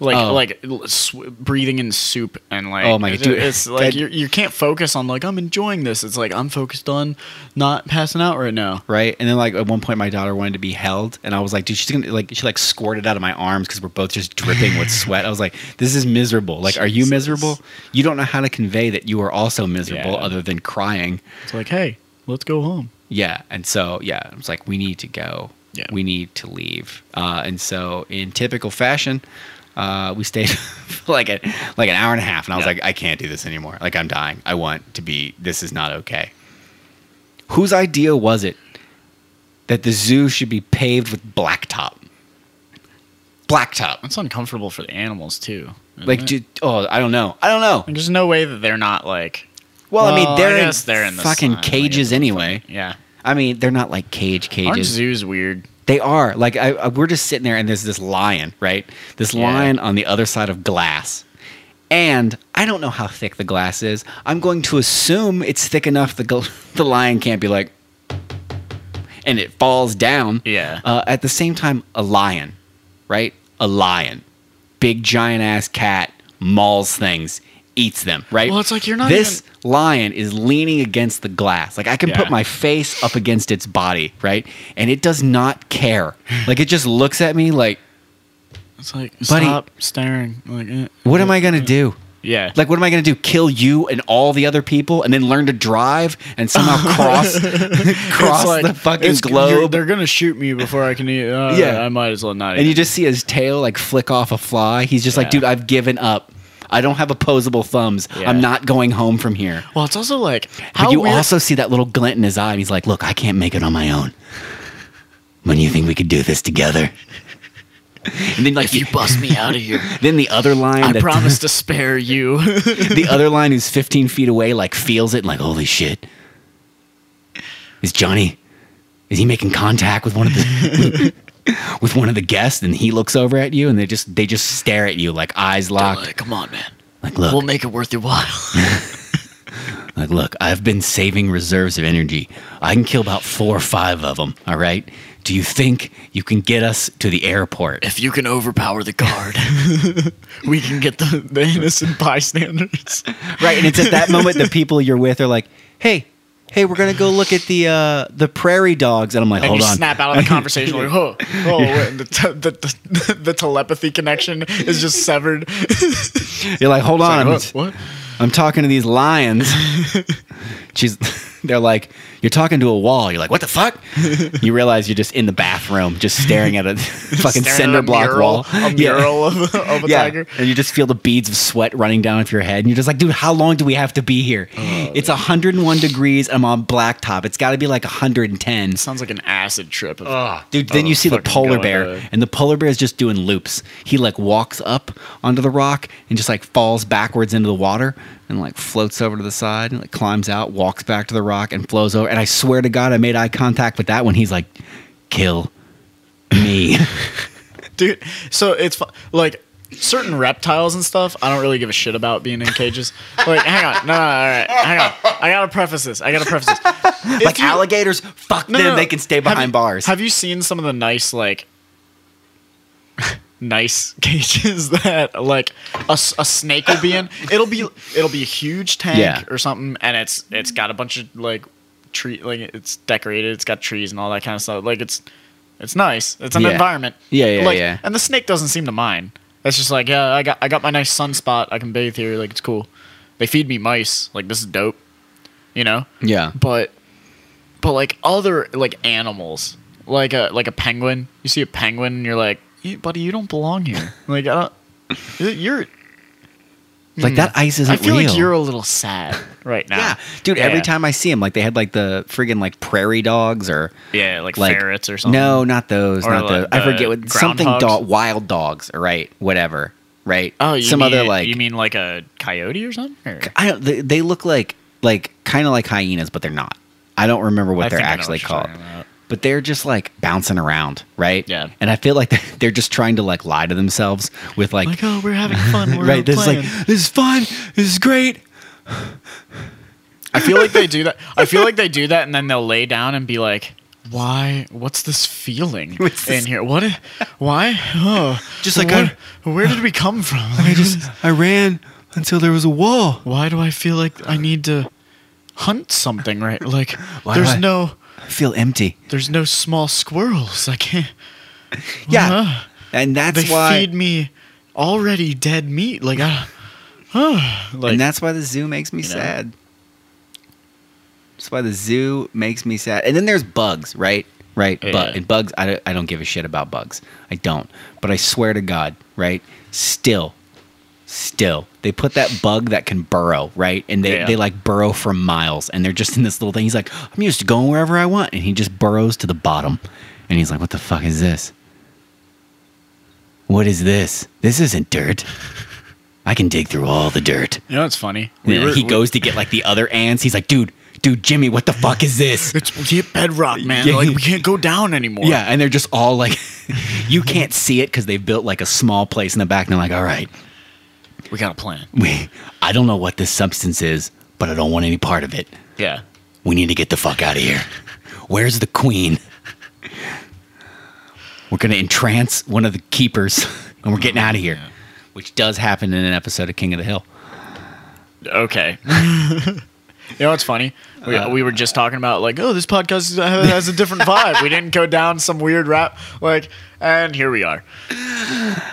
[SPEAKER 1] like
[SPEAKER 2] Oh.
[SPEAKER 1] like sw- breathing in soup and like
[SPEAKER 2] Oh my
[SPEAKER 1] it's,
[SPEAKER 2] God, dude,
[SPEAKER 1] it's like
[SPEAKER 2] that-
[SPEAKER 1] you you can't focus on like I'm enjoying this. It's like I'm focused on not passing out right now.
[SPEAKER 2] right? And then like at one point, my daughter wanted to be held, and I was like, dude, she's gonna like she like squirted out of my arms because we're both just dripping with sweat. I was like, this is miserable. Like, are you
[SPEAKER 1] Jesus.
[SPEAKER 2] miserable? You don't know how to convey that you are also miserable
[SPEAKER 1] Yeah.
[SPEAKER 2] other than crying.
[SPEAKER 1] It's like hey, let's go home.
[SPEAKER 2] Yeah, and so yeah, I was like, we need to go.
[SPEAKER 1] Yeah.
[SPEAKER 2] we need to leave. Uh, and so in typical fashion. Uh, we stayed for like a, like an hour and a half, and I was
[SPEAKER 1] Yeah.
[SPEAKER 2] like, I can't do this anymore. Like I'm dying. I want to be. This is not okay. Whose idea was it that the zoo should be paved with blacktop? Blacktop.
[SPEAKER 1] That's uncomfortable for the animals too. isn't
[SPEAKER 2] Like,
[SPEAKER 1] it?
[SPEAKER 2] dude, oh, I don't know. I don't know.
[SPEAKER 1] Like, there's no way that they're not like
[SPEAKER 2] Well, I mean,
[SPEAKER 1] Well, I
[SPEAKER 2] they're, in,
[SPEAKER 1] guess they're in the
[SPEAKER 2] fucking
[SPEAKER 1] sun, like,
[SPEAKER 2] cages
[SPEAKER 1] it's
[SPEAKER 2] anyway.
[SPEAKER 1] yeah.
[SPEAKER 2] I mean, they're not like cage
[SPEAKER 1] Aren't
[SPEAKER 2] cages.
[SPEAKER 1] zoos weird?
[SPEAKER 2] They are like I, I, we're just sitting there, and there's this lion, right? This
[SPEAKER 1] Yeah.
[SPEAKER 2] lion on the other side of glass, and I don't know how thick the glass is. I'm going to assume it's thick enough the gl- the lion can't be like, and it falls down.
[SPEAKER 1] Yeah.
[SPEAKER 2] Uh, at the same time, a lion, right? A lion, big giant ass cat mauls things, eats them, right?
[SPEAKER 1] Well, it's like you're not
[SPEAKER 2] this lion is leaning against the glass. Like I can
[SPEAKER 1] Yeah.
[SPEAKER 2] put my face up against its body, right? And it does not care. Like it just looks at me like,
[SPEAKER 1] It's like
[SPEAKER 2] Buddy.
[SPEAKER 1] stop staring. Like eh.
[SPEAKER 2] what am I gonna do?
[SPEAKER 1] yeah.
[SPEAKER 2] Like what am I gonna do? Kill you and all the other people, and then learn to drive and somehow cross cross
[SPEAKER 1] It's like,
[SPEAKER 2] the fucking
[SPEAKER 1] it's- you're-
[SPEAKER 2] globe.
[SPEAKER 1] They're gonna shoot me before I can eat. Uh,
[SPEAKER 2] Yeah.
[SPEAKER 1] yeah, I might as well not.
[SPEAKER 2] And
[SPEAKER 1] eat.
[SPEAKER 2] you just see his tail like flick off a fly. He's just like,
[SPEAKER 1] Yeah.
[SPEAKER 2] dude, I've given up. I don't have opposable thumbs.
[SPEAKER 1] Yeah.
[SPEAKER 2] I'm not going home from here.
[SPEAKER 1] well, it's also like
[SPEAKER 2] But
[SPEAKER 1] how
[SPEAKER 2] you
[SPEAKER 1] weird-
[SPEAKER 2] also see that little glint in his eye. And he's like, look, I can't make it on my own. When do you think we could do this together? And then like
[SPEAKER 1] if you bust me out of here,
[SPEAKER 2] then the other line
[SPEAKER 1] I
[SPEAKER 2] that-
[SPEAKER 1] promise to spare you.
[SPEAKER 2] the other line who's 15 feet away like feels it like holy shit is johnny is he making contact with one of the with one of the guests and he looks over at you and they just they just stare at you like eyes locked
[SPEAKER 1] Like, come on, man.
[SPEAKER 2] like look
[SPEAKER 1] We'll make it worth your while.
[SPEAKER 2] like look i've been saving reserves of energy i can kill about four or five of them all right do you think you can get us to the airport
[SPEAKER 1] if you can overpower the guard, we can get the, the innocent bystanders.
[SPEAKER 2] right and it's at that moment the people you're with are like hey hey we're gonna go look at the uh the prairie dogs and i'm like
[SPEAKER 1] And
[SPEAKER 2] hold
[SPEAKER 1] you
[SPEAKER 2] on
[SPEAKER 1] snap out of the conversation like, oh, oh, wait, the, te- the, the, the telepathy connection is just severed.
[SPEAKER 2] You're like, hold on, I'm,
[SPEAKER 1] what? what?
[SPEAKER 2] I'm talking to these lions. She's, they're like, you're talking to a wall. You're like, what the fuck? you realize you're just in the bathroom, just staring at a fucking
[SPEAKER 1] Staring at
[SPEAKER 2] cinder
[SPEAKER 1] a
[SPEAKER 2] block
[SPEAKER 1] mural-
[SPEAKER 2] wall.
[SPEAKER 1] A mural of, of a
[SPEAKER 2] yeah.
[SPEAKER 1] tiger.
[SPEAKER 2] and you just feel the beads of sweat running down off your head, and you're just like, dude, how long do we have to be here?
[SPEAKER 1] Oh,
[SPEAKER 2] it's 101 degrees. I'm on blacktop. It's got to be like 110.
[SPEAKER 1] Sounds like an acid trip. Of,
[SPEAKER 2] Dude, then
[SPEAKER 1] Oh,
[SPEAKER 2] you see the
[SPEAKER 1] fucking
[SPEAKER 2] polar
[SPEAKER 1] God.
[SPEAKER 2] bear, and the polar bear is just doing loops. He like walks up onto the rock and just like falls backwards into the water and like floats over to the side and like climbs out, walks back to the rock and flows over. And I swear to God, I made eye contact with that one. He's like, kill me.
[SPEAKER 1] dude. So it's fu- like certain reptiles and stuff. I don't really give a shit about being in cages. Like, hang on, no, no, all right, hang on. I gotta preface this. I gotta preface this. If
[SPEAKER 2] like
[SPEAKER 1] you-
[SPEAKER 2] alligators, fuck
[SPEAKER 1] no,
[SPEAKER 2] them.
[SPEAKER 1] no, no.
[SPEAKER 2] They can stay
[SPEAKER 1] Have
[SPEAKER 2] behind
[SPEAKER 1] you-
[SPEAKER 2] bars.
[SPEAKER 1] Have you seen some of the nice like? nice cages that like a, s- a snake will be in it'll be it'll be a huge tank
[SPEAKER 2] Yeah.
[SPEAKER 1] or something and it's it's got a bunch of like tree like it's decorated it's got trees and all that kind of stuff like it's it's nice it's an
[SPEAKER 2] Yeah.
[SPEAKER 1] environment
[SPEAKER 2] Yeah, yeah,
[SPEAKER 1] like,
[SPEAKER 2] yeah.
[SPEAKER 1] and the snake doesn't seem to mind it's just like yeah i got i got my nice sunspot i can bathe here like it's cool they feed me mice like this is dope you know
[SPEAKER 2] yeah.
[SPEAKER 1] but but like other like animals like a like a penguin you see a penguin and you're like "You- buddy you don't belong here like I don't, you're
[SPEAKER 2] Hmm. Like that ice isn't
[SPEAKER 1] i feel
[SPEAKER 2] real.
[SPEAKER 1] like you're a little sad right now
[SPEAKER 2] yeah, dude. Every
[SPEAKER 1] Yeah.
[SPEAKER 2] time I see him, like they had like the friggin' like prairie dogs or
[SPEAKER 1] yeah like,
[SPEAKER 2] like-
[SPEAKER 1] ferrets or something
[SPEAKER 2] No, not those.
[SPEAKER 1] Or
[SPEAKER 2] not
[SPEAKER 1] like
[SPEAKER 2] those. I
[SPEAKER 1] the
[SPEAKER 2] forget what something
[SPEAKER 1] groundhogs?
[SPEAKER 2] dog, wild dogs, right? Whatever, right?
[SPEAKER 1] oh you
[SPEAKER 2] some other
[SPEAKER 1] mean-
[SPEAKER 2] like
[SPEAKER 1] you mean like a coyote or something or-
[SPEAKER 2] I don't. They, they look like like kind of like hyenas, but they're not. I don't remember what
[SPEAKER 1] I
[SPEAKER 2] they're
[SPEAKER 1] think I know what
[SPEAKER 2] actually
[SPEAKER 1] you're
[SPEAKER 2] called.
[SPEAKER 1] talking about.
[SPEAKER 2] But they're just like bouncing around, right?
[SPEAKER 1] Yeah.
[SPEAKER 2] And I feel like they're just trying to like lie to themselves with like,
[SPEAKER 1] like oh we're having fun we're
[SPEAKER 2] right? This is
[SPEAKER 1] playing.
[SPEAKER 2] like this is fun. This is great.
[SPEAKER 1] I feel like they do that. I feel like they do that, and then they'll lay down and be like, why? What's this feeling in here? What? i- Why? Oh,
[SPEAKER 2] Just like
[SPEAKER 1] what- where did we come from?
[SPEAKER 5] I just I ran until there was a wall.
[SPEAKER 1] why do I feel like I need to hunt something? Right? Like
[SPEAKER 2] do
[SPEAKER 1] there's
[SPEAKER 2] I-
[SPEAKER 1] no
[SPEAKER 2] I feel empty.
[SPEAKER 1] there's no small squirrels. I can't.
[SPEAKER 2] Yeah.
[SPEAKER 1] Huh?
[SPEAKER 2] And that's
[SPEAKER 1] they
[SPEAKER 2] why
[SPEAKER 1] feed me already dead meat. Like I. like
[SPEAKER 2] and that's why the zoo makes me
[SPEAKER 1] know?
[SPEAKER 2] sad. That's why the zoo makes me sad. And then there's bugs, right? Right.
[SPEAKER 1] Yeah.
[SPEAKER 2] But and bugs, I don't, I don't give a shit about bugs. I don't. But I swear to God, right? Still, still, they put that bug that can burrow, right? And they,
[SPEAKER 1] Yeah.
[SPEAKER 2] they like burrow for miles, and they're just in this little thing. He's like, I'm used to going wherever I want, and he just burrows to the bottom. And he's like, What the fuck is this? What is this? This isn't dirt. I can dig through all the dirt.
[SPEAKER 1] you know, it's funny.
[SPEAKER 2] Yeah, he goes to get like the other ants. He's like, dude, dude, Jimmy, what the fuck is this?
[SPEAKER 1] It's deep bedrock, man.
[SPEAKER 2] Yeah.
[SPEAKER 1] Like we can't go down anymore.
[SPEAKER 2] Yeah, and they're just all like, you can't see it because they've built like a small place in the back. And they're like, all right,
[SPEAKER 1] we got a plan.
[SPEAKER 2] we, I don't know what this substance is, but I don't want any part of it.
[SPEAKER 1] Yeah.
[SPEAKER 2] We need to get the fuck out of here. Where's the queen? We're gonna entrance one of the keepers, and we're getting out of here, which does happen in an episode of King of the Hill.
[SPEAKER 1] Okay. you know what's funny? We,
[SPEAKER 2] Uh,
[SPEAKER 1] we were just talking about like, oh, this podcast is- has a different vibe. we didn't go down some weird rap. Like, and here we are.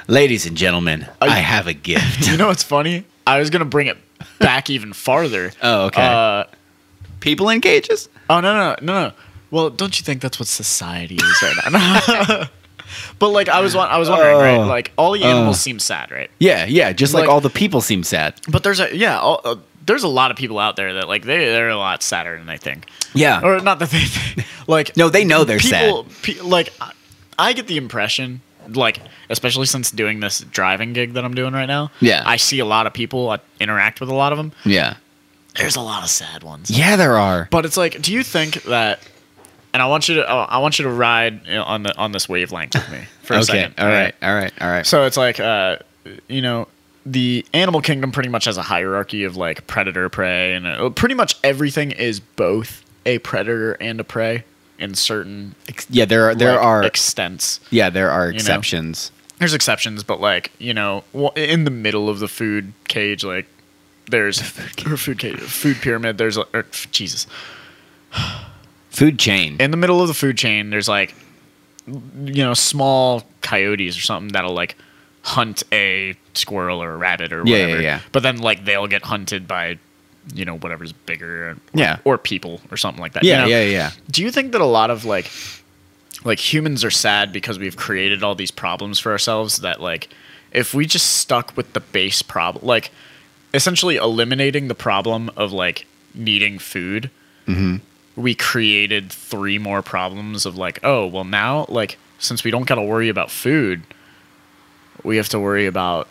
[SPEAKER 2] Ladies and gentlemen, I have a gift.
[SPEAKER 1] You know what's funny? I was gonna bring it back even farther.
[SPEAKER 2] Oh, okay.
[SPEAKER 1] Uh,
[SPEAKER 2] People in cages.
[SPEAKER 1] Oh no no no no. Well, don't you think that's what society is right now? but like I was wa- I was wondering right
[SPEAKER 2] Oh.
[SPEAKER 1] like all the animals seem sad right
[SPEAKER 2] Yeah, yeah. Just like,
[SPEAKER 1] Like-
[SPEAKER 2] all the people seem sad.
[SPEAKER 1] but there's a yeah all, uh, there's a lot of people out there that like they they're a lot sadder than they think
[SPEAKER 2] Yeah.
[SPEAKER 1] or not that they think like
[SPEAKER 2] no, they know they're
[SPEAKER 1] people
[SPEAKER 2] sad.
[SPEAKER 1] pe- like I- I get the impression like especially since doing this driving gig that I'm doing right now
[SPEAKER 2] Yeah.
[SPEAKER 1] I see a lot of people I interact with a lot of them
[SPEAKER 2] Yeah.
[SPEAKER 1] there's a lot of sad ones
[SPEAKER 2] Yeah, there are.
[SPEAKER 1] But it's like, do you think that? And I want you to, I want you to ride you know, on the on this wavelength with me for a
[SPEAKER 2] Okay.
[SPEAKER 1] second.
[SPEAKER 2] All right. All right. All right.
[SPEAKER 1] So it's like, uh, you know, the animal kingdom pretty much has a hierarchy of like predator, prey, and uh, pretty much everything is both a predator and a prey in certain
[SPEAKER 2] Ex- yeah, there are. There
[SPEAKER 1] like,
[SPEAKER 2] are.
[SPEAKER 1] extents.
[SPEAKER 2] yeah, there are exceptions.
[SPEAKER 1] There's exceptions, but like you know, wa- in the middle of the food cage, like there's or food cage, food pyramid. There's like- or, Jesus.
[SPEAKER 2] Food chain.
[SPEAKER 1] in the middle of the food chain, there's like, you know, small coyotes or something that'll like hunt a squirrel or a rabbit or
[SPEAKER 2] Yeah, yeah,
[SPEAKER 1] whatever.
[SPEAKER 2] yeah.
[SPEAKER 1] But then like they'll get hunted by, you know, whatever's bigger. Or,
[SPEAKER 2] Yeah.
[SPEAKER 1] Or people or something like that. you
[SPEAKER 2] yeah,
[SPEAKER 1] know?
[SPEAKER 2] yeah. Yeah.
[SPEAKER 1] Do you think that a lot of like, like humans are sad because we've created all these problems for ourselves that like, if we just stuck with the base problem, like, essentially eliminating the problem of like needing food we created three more problems of like, oh, well now like since we don't got to worry about food, we have to worry about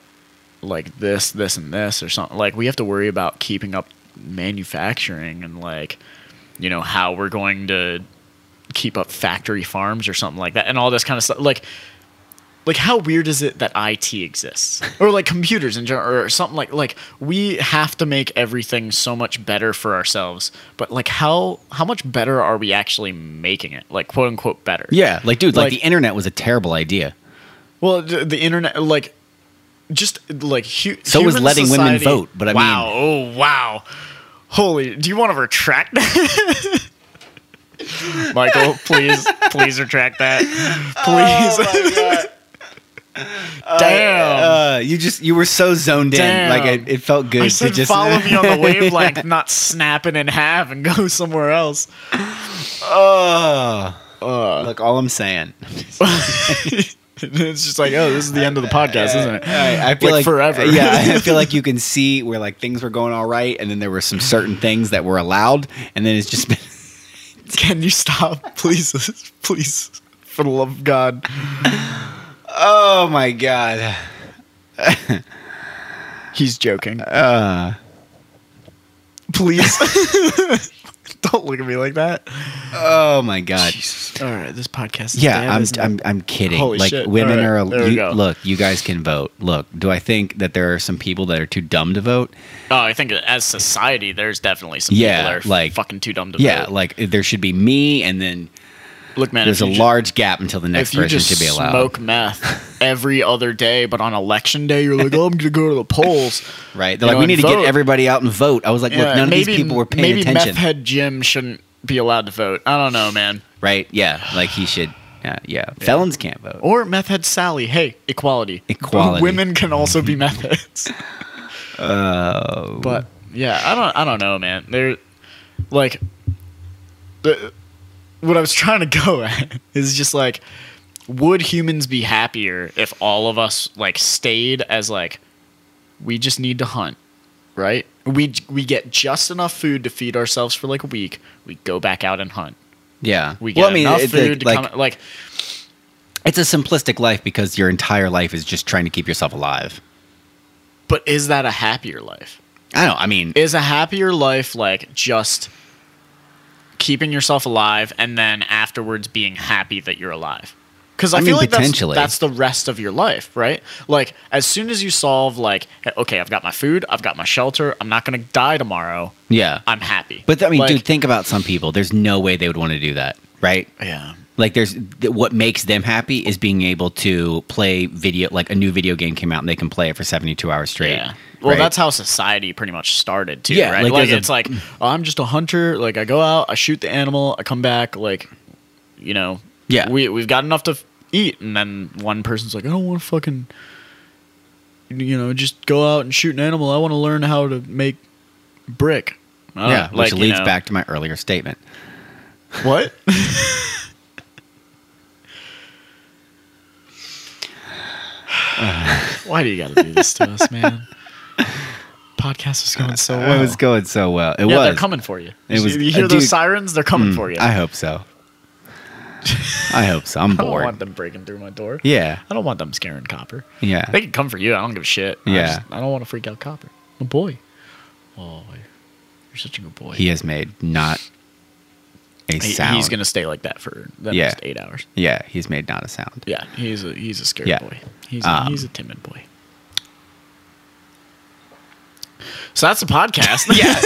[SPEAKER 1] like this, this and this or something. Like we have to worry about keeping up manufacturing and like you know how we're going to keep up factory farms or something like that and all this kind of stuff like like how weird is it that IT exists or like computers in general or something like like we have to make everything so much better for ourselves but like how how much better are we actually making it like quote unquote better
[SPEAKER 2] Yeah. Like, dude, like,
[SPEAKER 1] Like-
[SPEAKER 2] the internet was a terrible idea.
[SPEAKER 1] well the, the internet like just like hu-
[SPEAKER 2] So was
[SPEAKER 1] human
[SPEAKER 2] letting women
[SPEAKER 1] society-
[SPEAKER 2] vote, but I mean-
[SPEAKER 1] wow oh wow holy do you want to retract that Michael please please retract that please damn
[SPEAKER 2] Uh, you just you were so zoned
[SPEAKER 1] Damn.
[SPEAKER 2] it felt good
[SPEAKER 1] I said follow me on the wavelength, not snapping in half and go somewhere else.
[SPEAKER 2] Oh. Look, all I'm saying.
[SPEAKER 1] it's just like, oh, this is the end of the podcast, isn't it?
[SPEAKER 2] I, I feel
[SPEAKER 1] Like
[SPEAKER 2] like,
[SPEAKER 1] forever.
[SPEAKER 2] Yeah, I feel like you can see where like things were going all right, and then there were some certain things that were allowed, and then it's just been
[SPEAKER 1] Can you stop, please, please, for the love of God?
[SPEAKER 2] oh my god.
[SPEAKER 1] He's joking. Uh, please, don't look at me like that.
[SPEAKER 2] Oh my god.
[SPEAKER 1] All right, this podcast. Is dead,
[SPEAKER 2] Yeah, I'm,
[SPEAKER 1] isn't it?
[SPEAKER 2] I'm I'm kidding.
[SPEAKER 1] Holy
[SPEAKER 2] like
[SPEAKER 1] shit.
[SPEAKER 2] women
[SPEAKER 1] All right,
[SPEAKER 2] are a-
[SPEAKER 1] there we
[SPEAKER 2] you-
[SPEAKER 1] go.
[SPEAKER 2] look, you guys can vote. Look, do I think that there are some people that are too dumb to vote?
[SPEAKER 1] Oh, I think as society, there's definitely some
[SPEAKER 2] Yeah,
[SPEAKER 1] people that are
[SPEAKER 2] like-
[SPEAKER 1] fucking too dumb to
[SPEAKER 2] Yeah,
[SPEAKER 1] vote.
[SPEAKER 2] like there should be me and then
[SPEAKER 1] Look, man,
[SPEAKER 2] There's
[SPEAKER 1] if
[SPEAKER 2] a
[SPEAKER 1] you ju-
[SPEAKER 2] large gap until the next
[SPEAKER 1] if you
[SPEAKER 2] person
[SPEAKER 1] just
[SPEAKER 2] should be allowed.
[SPEAKER 1] smoke meth every other day, but on election day you're like, oh, I'm gonna go to the polls.
[SPEAKER 2] right?
[SPEAKER 1] You
[SPEAKER 2] They're like,
[SPEAKER 1] know,
[SPEAKER 2] we
[SPEAKER 1] and
[SPEAKER 2] need to
[SPEAKER 1] vote.
[SPEAKER 2] get everybody out and vote. I was like, look,
[SPEAKER 1] Yeah,
[SPEAKER 2] none of
[SPEAKER 1] maybe-
[SPEAKER 2] these people were paying
[SPEAKER 1] maybe
[SPEAKER 2] attention.
[SPEAKER 1] Meth head Jim shouldn't be allowed to vote. I don't know, man.
[SPEAKER 2] right? Yeah, like he should. Yeah, yeah. Felons can't vote.
[SPEAKER 1] Or meth head Sally. Hey, equality.
[SPEAKER 2] Equality.
[SPEAKER 1] Women can also be meth heads.
[SPEAKER 2] Oh,
[SPEAKER 1] But yeah, I don't. I don't know, man. They're like the what I was trying to go at is just like, would humans be happier if all of us like stayed as like, we just need to hunt, right? We we get just enough food to feed ourselves for like a week. We go back out and hunt.
[SPEAKER 2] yeah.
[SPEAKER 1] We get
[SPEAKER 2] well, I mean,
[SPEAKER 1] enough
[SPEAKER 2] it's
[SPEAKER 1] food
[SPEAKER 2] like,
[SPEAKER 1] to come. Like
[SPEAKER 2] it's a simplistic life because your entire life is just trying to keep yourself alive.
[SPEAKER 1] But is that a happier life?
[SPEAKER 2] I don't. I mean,
[SPEAKER 1] Is a happier life like just keeping yourself alive and then afterwards being happy that you're alive? Because I,
[SPEAKER 2] I
[SPEAKER 1] feel
[SPEAKER 2] mean,
[SPEAKER 1] like that's,
[SPEAKER 2] potentially.
[SPEAKER 1] that's the rest of your life, right? Like, as soon as you solve, like, eh, okay, I've got my food, I've got my shelter, I'm not going to die tomorrow,
[SPEAKER 2] yeah.
[SPEAKER 1] I'm happy.
[SPEAKER 2] But I mean,
[SPEAKER 1] Like,
[SPEAKER 2] dude, think about some people. There's no way they would want to do that, right?
[SPEAKER 1] yeah.
[SPEAKER 2] Like, there's th- what makes them happy is being able to play video. Like a new video game came out and they can play it for 72 hours straight.
[SPEAKER 1] Yeah. Well,
[SPEAKER 2] right?
[SPEAKER 1] that's how society pretty much started too,
[SPEAKER 2] Yeah,
[SPEAKER 1] right?
[SPEAKER 2] like,
[SPEAKER 1] Like,
[SPEAKER 2] there's a-
[SPEAKER 1] it's like oh, I'm just a hunter. Like I go out, I shoot the animal, I come back. Like, you know,
[SPEAKER 2] Yeah.
[SPEAKER 1] we we've got enough to f- eat, and then one person's like, I don't want to fucking, you know, just go out and shoot an animal. I want to learn how to make brick. I don't-
[SPEAKER 2] yeah, which
[SPEAKER 1] you
[SPEAKER 2] leads
[SPEAKER 1] know-
[SPEAKER 2] back to my earlier statement.
[SPEAKER 1] What? Why do you got to do this to us, man? Podcast was going so well.
[SPEAKER 2] It was going so well. It
[SPEAKER 1] yeah,
[SPEAKER 2] was.
[SPEAKER 1] they're coming for you.
[SPEAKER 2] It
[SPEAKER 1] It
[SPEAKER 2] was-
[SPEAKER 1] was, you hear
[SPEAKER 2] uh,
[SPEAKER 1] those
[SPEAKER 2] dude, Hmm.
[SPEAKER 1] sirens? They're coming for you.
[SPEAKER 2] I hope so. I hope so. I'm
[SPEAKER 1] I don't want
[SPEAKER 2] bored.
[SPEAKER 1] them breaking through my door.
[SPEAKER 2] Yeah,
[SPEAKER 1] I don't want them scaring Copper.
[SPEAKER 2] yeah.
[SPEAKER 1] They can come for you. I don't give a shit. I
[SPEAKER 2] Yeah.
[SPEAKER 1] just- I don't want to freak out Copper. My boy. Oh, you're such a good boy.
[SPEAKER 2] He has made not a
[SPEAKER 1] He-
[SPEAKER 2] sound.
[SPEAKER 1] he's gonna stay like that for the
[SPEAKER 2] Yeah.
[SPEAKER 1] next eight hours.
[SPEAKER 2] Yeah, he's made not a sound.
[SPEAKER 1] Yeah, he's a he's a scared
[SPEAKER 2] Yeah.
[SPEAKER 1] boy. He's a,
[SPEAKER 2] Um,
[SPEAKER 1] he's a timid boy. So that's a podcast. yeah,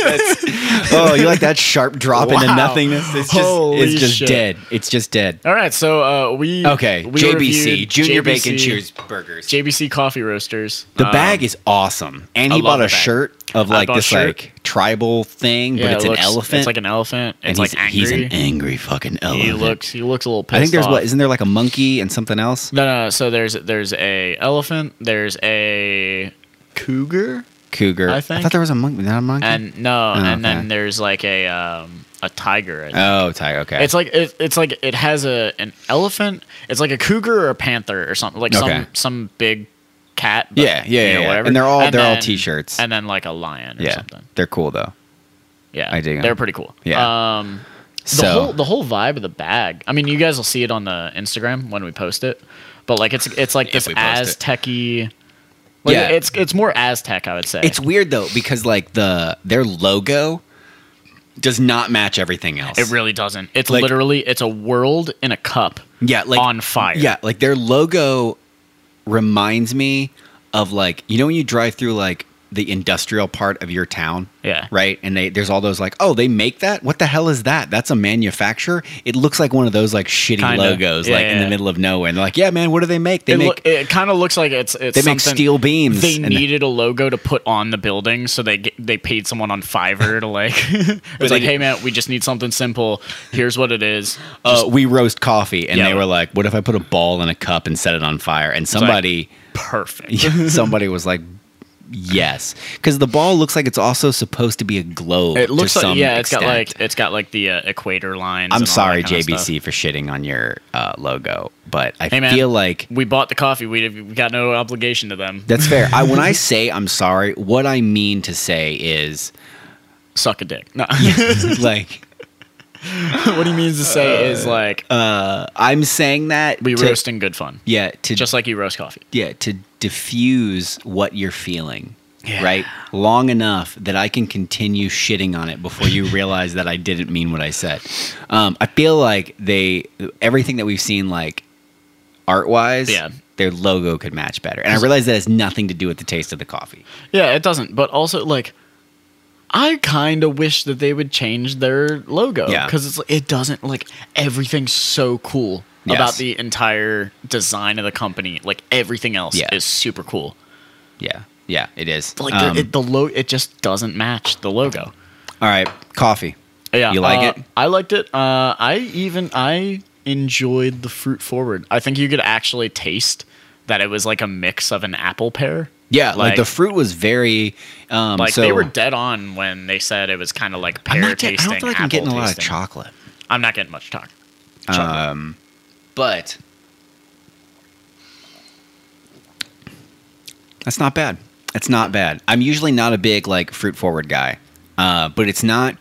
[SPEAKER 2] oh, you like that sharp drop into
[SPEAKER 1] Wow.
[SPEAKER 2] nothingness? It's just
[SPEAKER 1] Holy
[SPEAKER 2] it's just
[SPEAKER 1] shit.
[SPEAKER 2] dead. It's just dead.
[SPEAKER 1] All right, so uh, we
[SPEAKER 2] Okay,
[SPEAKER 1] we
[SPEAKER 2] JBC
[SPEAKER 1] reviewed
[SPEAKER 2] Junior
[SPEAKER 1] JBC
[SPEAKER 2] Bacon Cheers Burgers.
[SPEAKER 1] JBC Coffee Roasters.
[SPEAKER 2] the
[SPEAKER 1] Um,
[SPEAKER 2] bag is awesome, and
[SPEAKER 1] I
[SPEAKER 2] he
[SPEAKER 1] love
[SPEAKER 2] bought
[SPEAKER 1] the
[SPEAKER 2] a
[SPEAKER 1] bag.
[SPEAKER 2] shirt of
[SPEAKER 1] I
[SPEAKER 2] like
[SPEAKER 1] bought a
[SPEAKER 2] this
[SPEAKER 1] shirt.
[SPEAKER 2] like tribal thing,
[SPEAKER 1] Yeah,
[SPEAKER 2] but it's
[SPEAKER 1] it
[SPEAKER 2] an
[SPEAKER 1] looks-
[SPEAKER 2] elephant.
[SPEAKER 1] It's like an elephant.
[SPEAKER 2] and
[SPEAKER 1] It's like angry.
[SPEAKER 2] he's, he's an angry fucking elephant.
[SPEAKER 1] he looks he looks a little pissed
[SPEAKER 2] I think there's
[SPEAKER 1] off.
[SPEAKER 2] what isn't there like a monkey and something else?
[SPEAKER 1] no, no, no. So there's there's a elephant. There's a cougar,
[SPEAKER 2] Cougar.
[SPEAKER 1] I
[SPEAKER 2] I
[SPEAKER 1] think.
[SPEAKER 2] thought there was a monkey. Not a monkey.
[SPEAKER 1] and no,
[SPEAKER 2] Oh,
[SPEAKER 1] and
[SPEAKER 2] okay.
[SPEAKER 1] then there's like a um, a tiger. I think.
[SPEAKER 2] oh, tiger. Okay.
[SPEAKER 1] It's like it, it's like it has a an elephant. It's like a cougar or a panther or something like
[SPEAKER 2] Okay.
[SPEAKER 1] some some big cat. but,
[SPEAKER 2] Yeah, yeah, yeah,
[SPEAKER 1] you know,
[SPEAKER 2] yeah.
[SPEAKER 1] whatever.
[SPEAKER 2] And they're all- they're all
[SPEAKER 1] then-
[SPEAKER 2] t-shirts.
[SPEAKER 1] and then like a lion or
[SPEAKER 2] yeah,
[SPEAKER 1] something.
[SPEAKER 2] they're cool though.
[SPEAKER 1] Yeah,
[SPEAKER 2] I dig 'em.
[SPEAKER 1] They're pretty cool.
[SPEAKER 2] Yeah.
[SPEAKER 1] Um, the
[SPEAKER 2] So-
[SPEAKER 1] whole the whole vibe of the bag. I mean, you guys will see it on the Instagram when we post it, but like it's it's like this
[SPEAKER 2] we post it.
[SPEAKER 1] Aztec-y. Like,
[SPEAKER 2] Yeah.
[SPEAKER 1] it's it's more Aztec, I would say.
[SPEAKER 2] It's weird though because like the their logo does not match everything else.
[SPEAKER 1] it really doesn't. It's
[SPEAKER 2] Like-
[SPEAKER 1] literally it's a world in a cup.
[SPEAKER 2] yeah, like
[SPEAKER 1] on fire.
[SPEAKER 2] Yeah, like their logo reminds me of like you know when you drive through like the industrial part of your town.
[SPEAKER 1] Yeah.
[SPEAKER 2] Right? And they there's all those like, "Oh, they make that? What the hell is that? That's a manufacturer." It looks like one of those like shitty
[SPEAKER 1] Kinda.
[SPEAKER 2] logos
[SPEAKER 1] Yeah,
[SPEAKER 2] like in
[SPEAKER 1] yeah.
[SPEAKER 2] the middle of nowhere. And they're like, "Yeah, man, what do they make? They
[SPEAKER 1] it
[SPEAKER 2] make
[SPEAKER 1] loo- it kind of looks like it's it's
[SPEAKER 2] They make
[SPEAKER 1] something-
[SPEAKER 2] steel beams
[SPEAKER 1] They
[SPEAKER 2] and they-
[SPEAKER 1] needed a logo to put on the building, so they get, they paid someone on Fiverr to like.
[SPEAKER 2] But
[SPEAKER 1] it's
[SPEAKER 2] they
[SPEAKER 1] like,
[SPEAKER 2] did-
[SPEAKER 1] hey man, we just need something simple. Here's what it is.
[SPEAKER 2] uh, we roast coffee and
[SPEAKER 1] Yeah.
[SPEAKER 2] they were like what if i put a ball in a cup and set it on fire and somebody
[SPEAKER 1] Perfect.
[SPEAKER 2] somebody was like yes because the ball looks like it's also supposed to be a globe
[SPEAKER 1] It looks
[SPEAKER 2] to
[SPEAKER 1] like
[SPEAKER 2] some
[SPEAKER 1] yeah, it's got
[SPEAKER 2] extent.
[SPEAKER 1] like it's got like the uh, equator lines.
[SPEAKER 2] i'm
[SPEAKER 1] and all that
[SPEAKER 2] sorry
[SPEAKER 1] kinda
[SPEAKER 2] jbc
[SPEAKER 1] stuff.
[SPEAKER 2] for shitting on your uh, logo but i
[SPEAKER 1] Hey, man.
[SPEAKER 2] feel like
[SPEAKER 1] We bought the coffee. We we got no obligation to them.
[SPEAKER 2] that's fair I, when i say i'm sorry what i mean to say is
[SPEAKER 1] Suck a dick. No,
[SPEAKER 2] like
[SPEAKER 1] what he means to say is like
[SPEAKER 2] i'm saying that
[SPEAKER 1] we
[SPEAKER 2] Uh, to,
[SPEAKER 1] roast in good fun,
[SPEAKER 2] yeah to
[SPEAKER 1] just like you roast coffee.
[SPEAKER 2] yeah to diffuse what you're feeling right long enough that i can continue shitting on it before you realize that i didn't mean what i said um, i feel like they everything that we've seen like art wise
[SPEAKER 1] Yeah.
[SPEAKER 2] their logo could match better and i realize that has nothing to do with the taste of the coffee
[SPEAKER 1] Yeah, it doesn't. But also like I kind of wish that they would change their logo
[SPEAKER 2] Yeah.
[SPEAKER 1] because it's like- it doesn't like everything's so cool about
[SPEAKER 2] Yes.
[SPEAKER 1] the entire design of the company. Like everything else
[SPEAKER 2] Yeah.
[SPEAKER 1] is super cool.
[SPEAKER 2] Yeah, yeah, it is.
[SPEAKER 1] Like
[SPEAKER 2] Um,
[SPEAKER 1] the, it, the lo- it just doesn't match the logo.
[SPEAKER 2] all right, coffee.
[SPEAKER 1] Yeah,
[SPEAKER 2] you like
[SPEAKER 1] uh,
[SPEAKER 2] it?
[SPEAKER 1] I liked it. Uh, I even I enjoyed the fruit forward. I think you could actually taste that it was like a mix of an apple pear.
[SPEAKER 2] Yeah, like,
[SPEAKER 1] like-
[SPEAKER 2] the fruit was very. Um,
[SPEAKER 1] Like
[SPEAKER 2] so
[SPEAKER 1] they were dead on when they said it was kind of like
[SPEAKER 2] I'm
[SPEAKER 1] pear
[SPEAKER 2] not. Get, I
[SPEAKER 1] tasting.
[SPEAKER 2] don't feel like I'm getting a
[SPEAKER 1] apple
[SPEAKER 2] lot of
[SPEAKER 1] tasting.
[SPEAKER 2] chocolate, Um,
[SPEAKER 1] I'm not getting much talk.
[SPEAKER 2] but that's not bad. It's not bad. I'm usually not a big like fruit forward guy, uh, but it's not.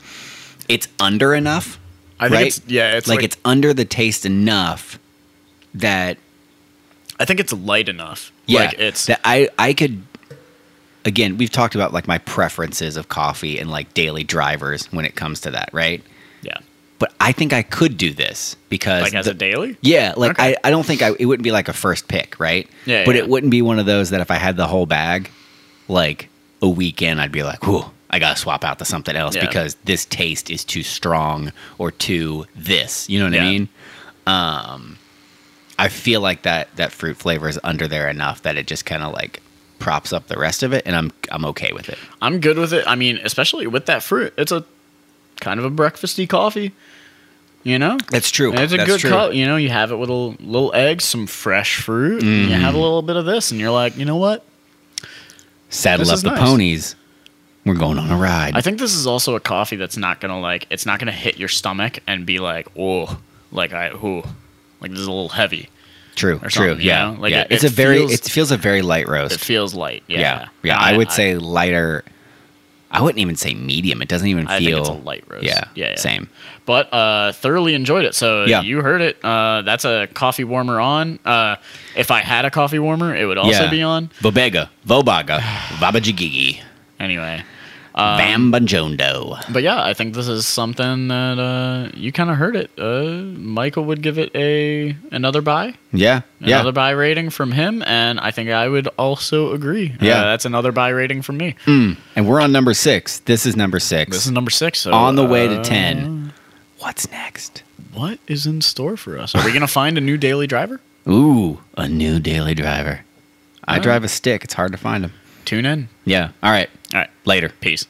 [SPEAKER 2] It's under enough.
[SPEAKER 1] I think
[SPEAKER 2] right?
[SPEAKER 1] it's yeah, it's
[SPEAKER 2] like,
[SPEAKER 1] like,
[SPEAKER 2] it's under the taste enough that
[SPEAKER 1] I think it's light enough.
[SPEAKER 2] yeah,
[SPEAKER 1] like it's
[SPEAKER 2] that I I could. Again, we've talked about like my preferences of coffee and like daily drivers when it comes to that, right?
[SPEAKER 1] yeah,
[SPEAKER 2] But I think I could do this because
[SPEAKER 1] like as
[SPEAKER 2] the-
[SPEAKER 1] a daily.
[SPEAKER 2] Yeah, like
[SPEAKER 1] Okay.
[SPEAKER 2] I, I don't think I it wouldn't be like a first pick, right?
[SPEAKER 1] Yeah,
[SPEAKER 2] But
[SPEAKER 1] yeah.
[SPEAKER 2] it wouldn't be one of those that if I had the whole bag, like a weekend, I'd be like, whew, I gotta swap out to something else
[SPEAKER 1] Yeah.
[SPEAKER 2] because this taste is too strong or too this. You know what I
[SPEAKER 1] Yeah.
[SPEAKER 2] mean? Um I feel like that that fruit flavor is under there enough that it just kinda like props up the rest of it and I'm I'm okay with it.
[SPEAKER 1] I'm good with it. I mean, especially with that fruit, it's a kind of a breakfasty coffee. You know,
[SPEAKER 2] That's true.
[SPEAKER 1] And it's a
[SPEAKER 2] That's
[SPEAKER 1] good
[SPEAKER 2] true.
[SPEAKER 1] cut. You know, you have it with a little, little egg, some fresh fruit, and you have
[SPEAKER 2] Mm-hmm.
[SPEAKER 1] a little bit of this, and you're like, you know what?
[SPEAKER 2] Saddle
[SPEAKER 1] This
[SPEAKER 2] up
[SPEAKER 1] is
[SPEAKER 2] the
[SPEAKER 1] nice.
[SPEAKER 2] ponies. We're going on a ride.
[SPEAKER 1] I think this is also a coffee that's not gonna like, it's not gonna hit your stomach and be like, oh, like I, ooh, like this is a little heavy.
[SPEAKER 2] True.
[SPEAKER 1] or
[SPEAKER 2] True.
[SPEAKER 1] something, you
[SPEAKER 2] Yeah.
[SPEAKER 1] know? Like,
[SPEAKER 2] yeah.
[SPEAKER 1] it-
[SPEAKER 2] it's
[SPEAKER 1] it
[SPEAKER 2] a very.
[SPEAKER 1] feels-
[SPEAKER 2] it feels a very light roast.
[SPEAKER 1] It feels light. Yeah,
[SPEAKER 2] yeah. Yeah. I, would say lighter. I wouldn't even say medium. It doesn't even
[SPEAKER 1] I
[SPEAKER 2] feel.
[SPEAKER 1] think it's a light roast.
[SPEAKER 2] Yeah.
[SPEAKER 1] Yeah, yeah.
[SPEAKER 2] Same.
[SPEAKER 1] but uh, thoroughly enjoyed it. So
[SPEAKER 2] Yeah.
[SPEAKER 1] you heard it. Uh, that's a coffee warmer on. Uh, if I had a coffee warmer, it would also
[SPEAKER 2] yeah.
[SPEAKER 1] be on.
[SPEAKER 2] Bobega, Vobaga, Babajigigi,
[SPEAKER 1] Anyway, Um,
[SPEAKER 2] Bambanjondo.
[SPEAKER 1] but yeah, I think this is something that uh, you kind of heard it. Uh, Michael would give it a another buy,
[SPEAKER 2] Yeah. Yeah.
[SPEAKER 1] another buy rating from him, and I think I would also agree.
[SPEAKER 2] Yeah. Hmm.
[SPEAKER 1] Uh, that's another buy rating from me.
[SPEAKER 2] and we're on number six. This is number six.
[SPEAKER 1] This is number six. So,
[SPEAKER 2] on the way to
[SPEAKER 1] uh,
[SPEAKER 2] ten. What's next?
[SPEAKER 1] What is in store for us? Are we gonna find a new daily driver?
[SPEAKER 2] Ooh, a new daily driver. I drive a stick. It's hard to find them.
[SPEAKER 1] Tune in.
[SPEAKER 2] Yeah. All right.
[SPEAKER 1] All right,
[SPEAKER 2] Later.
[SPEAKER 1] peace.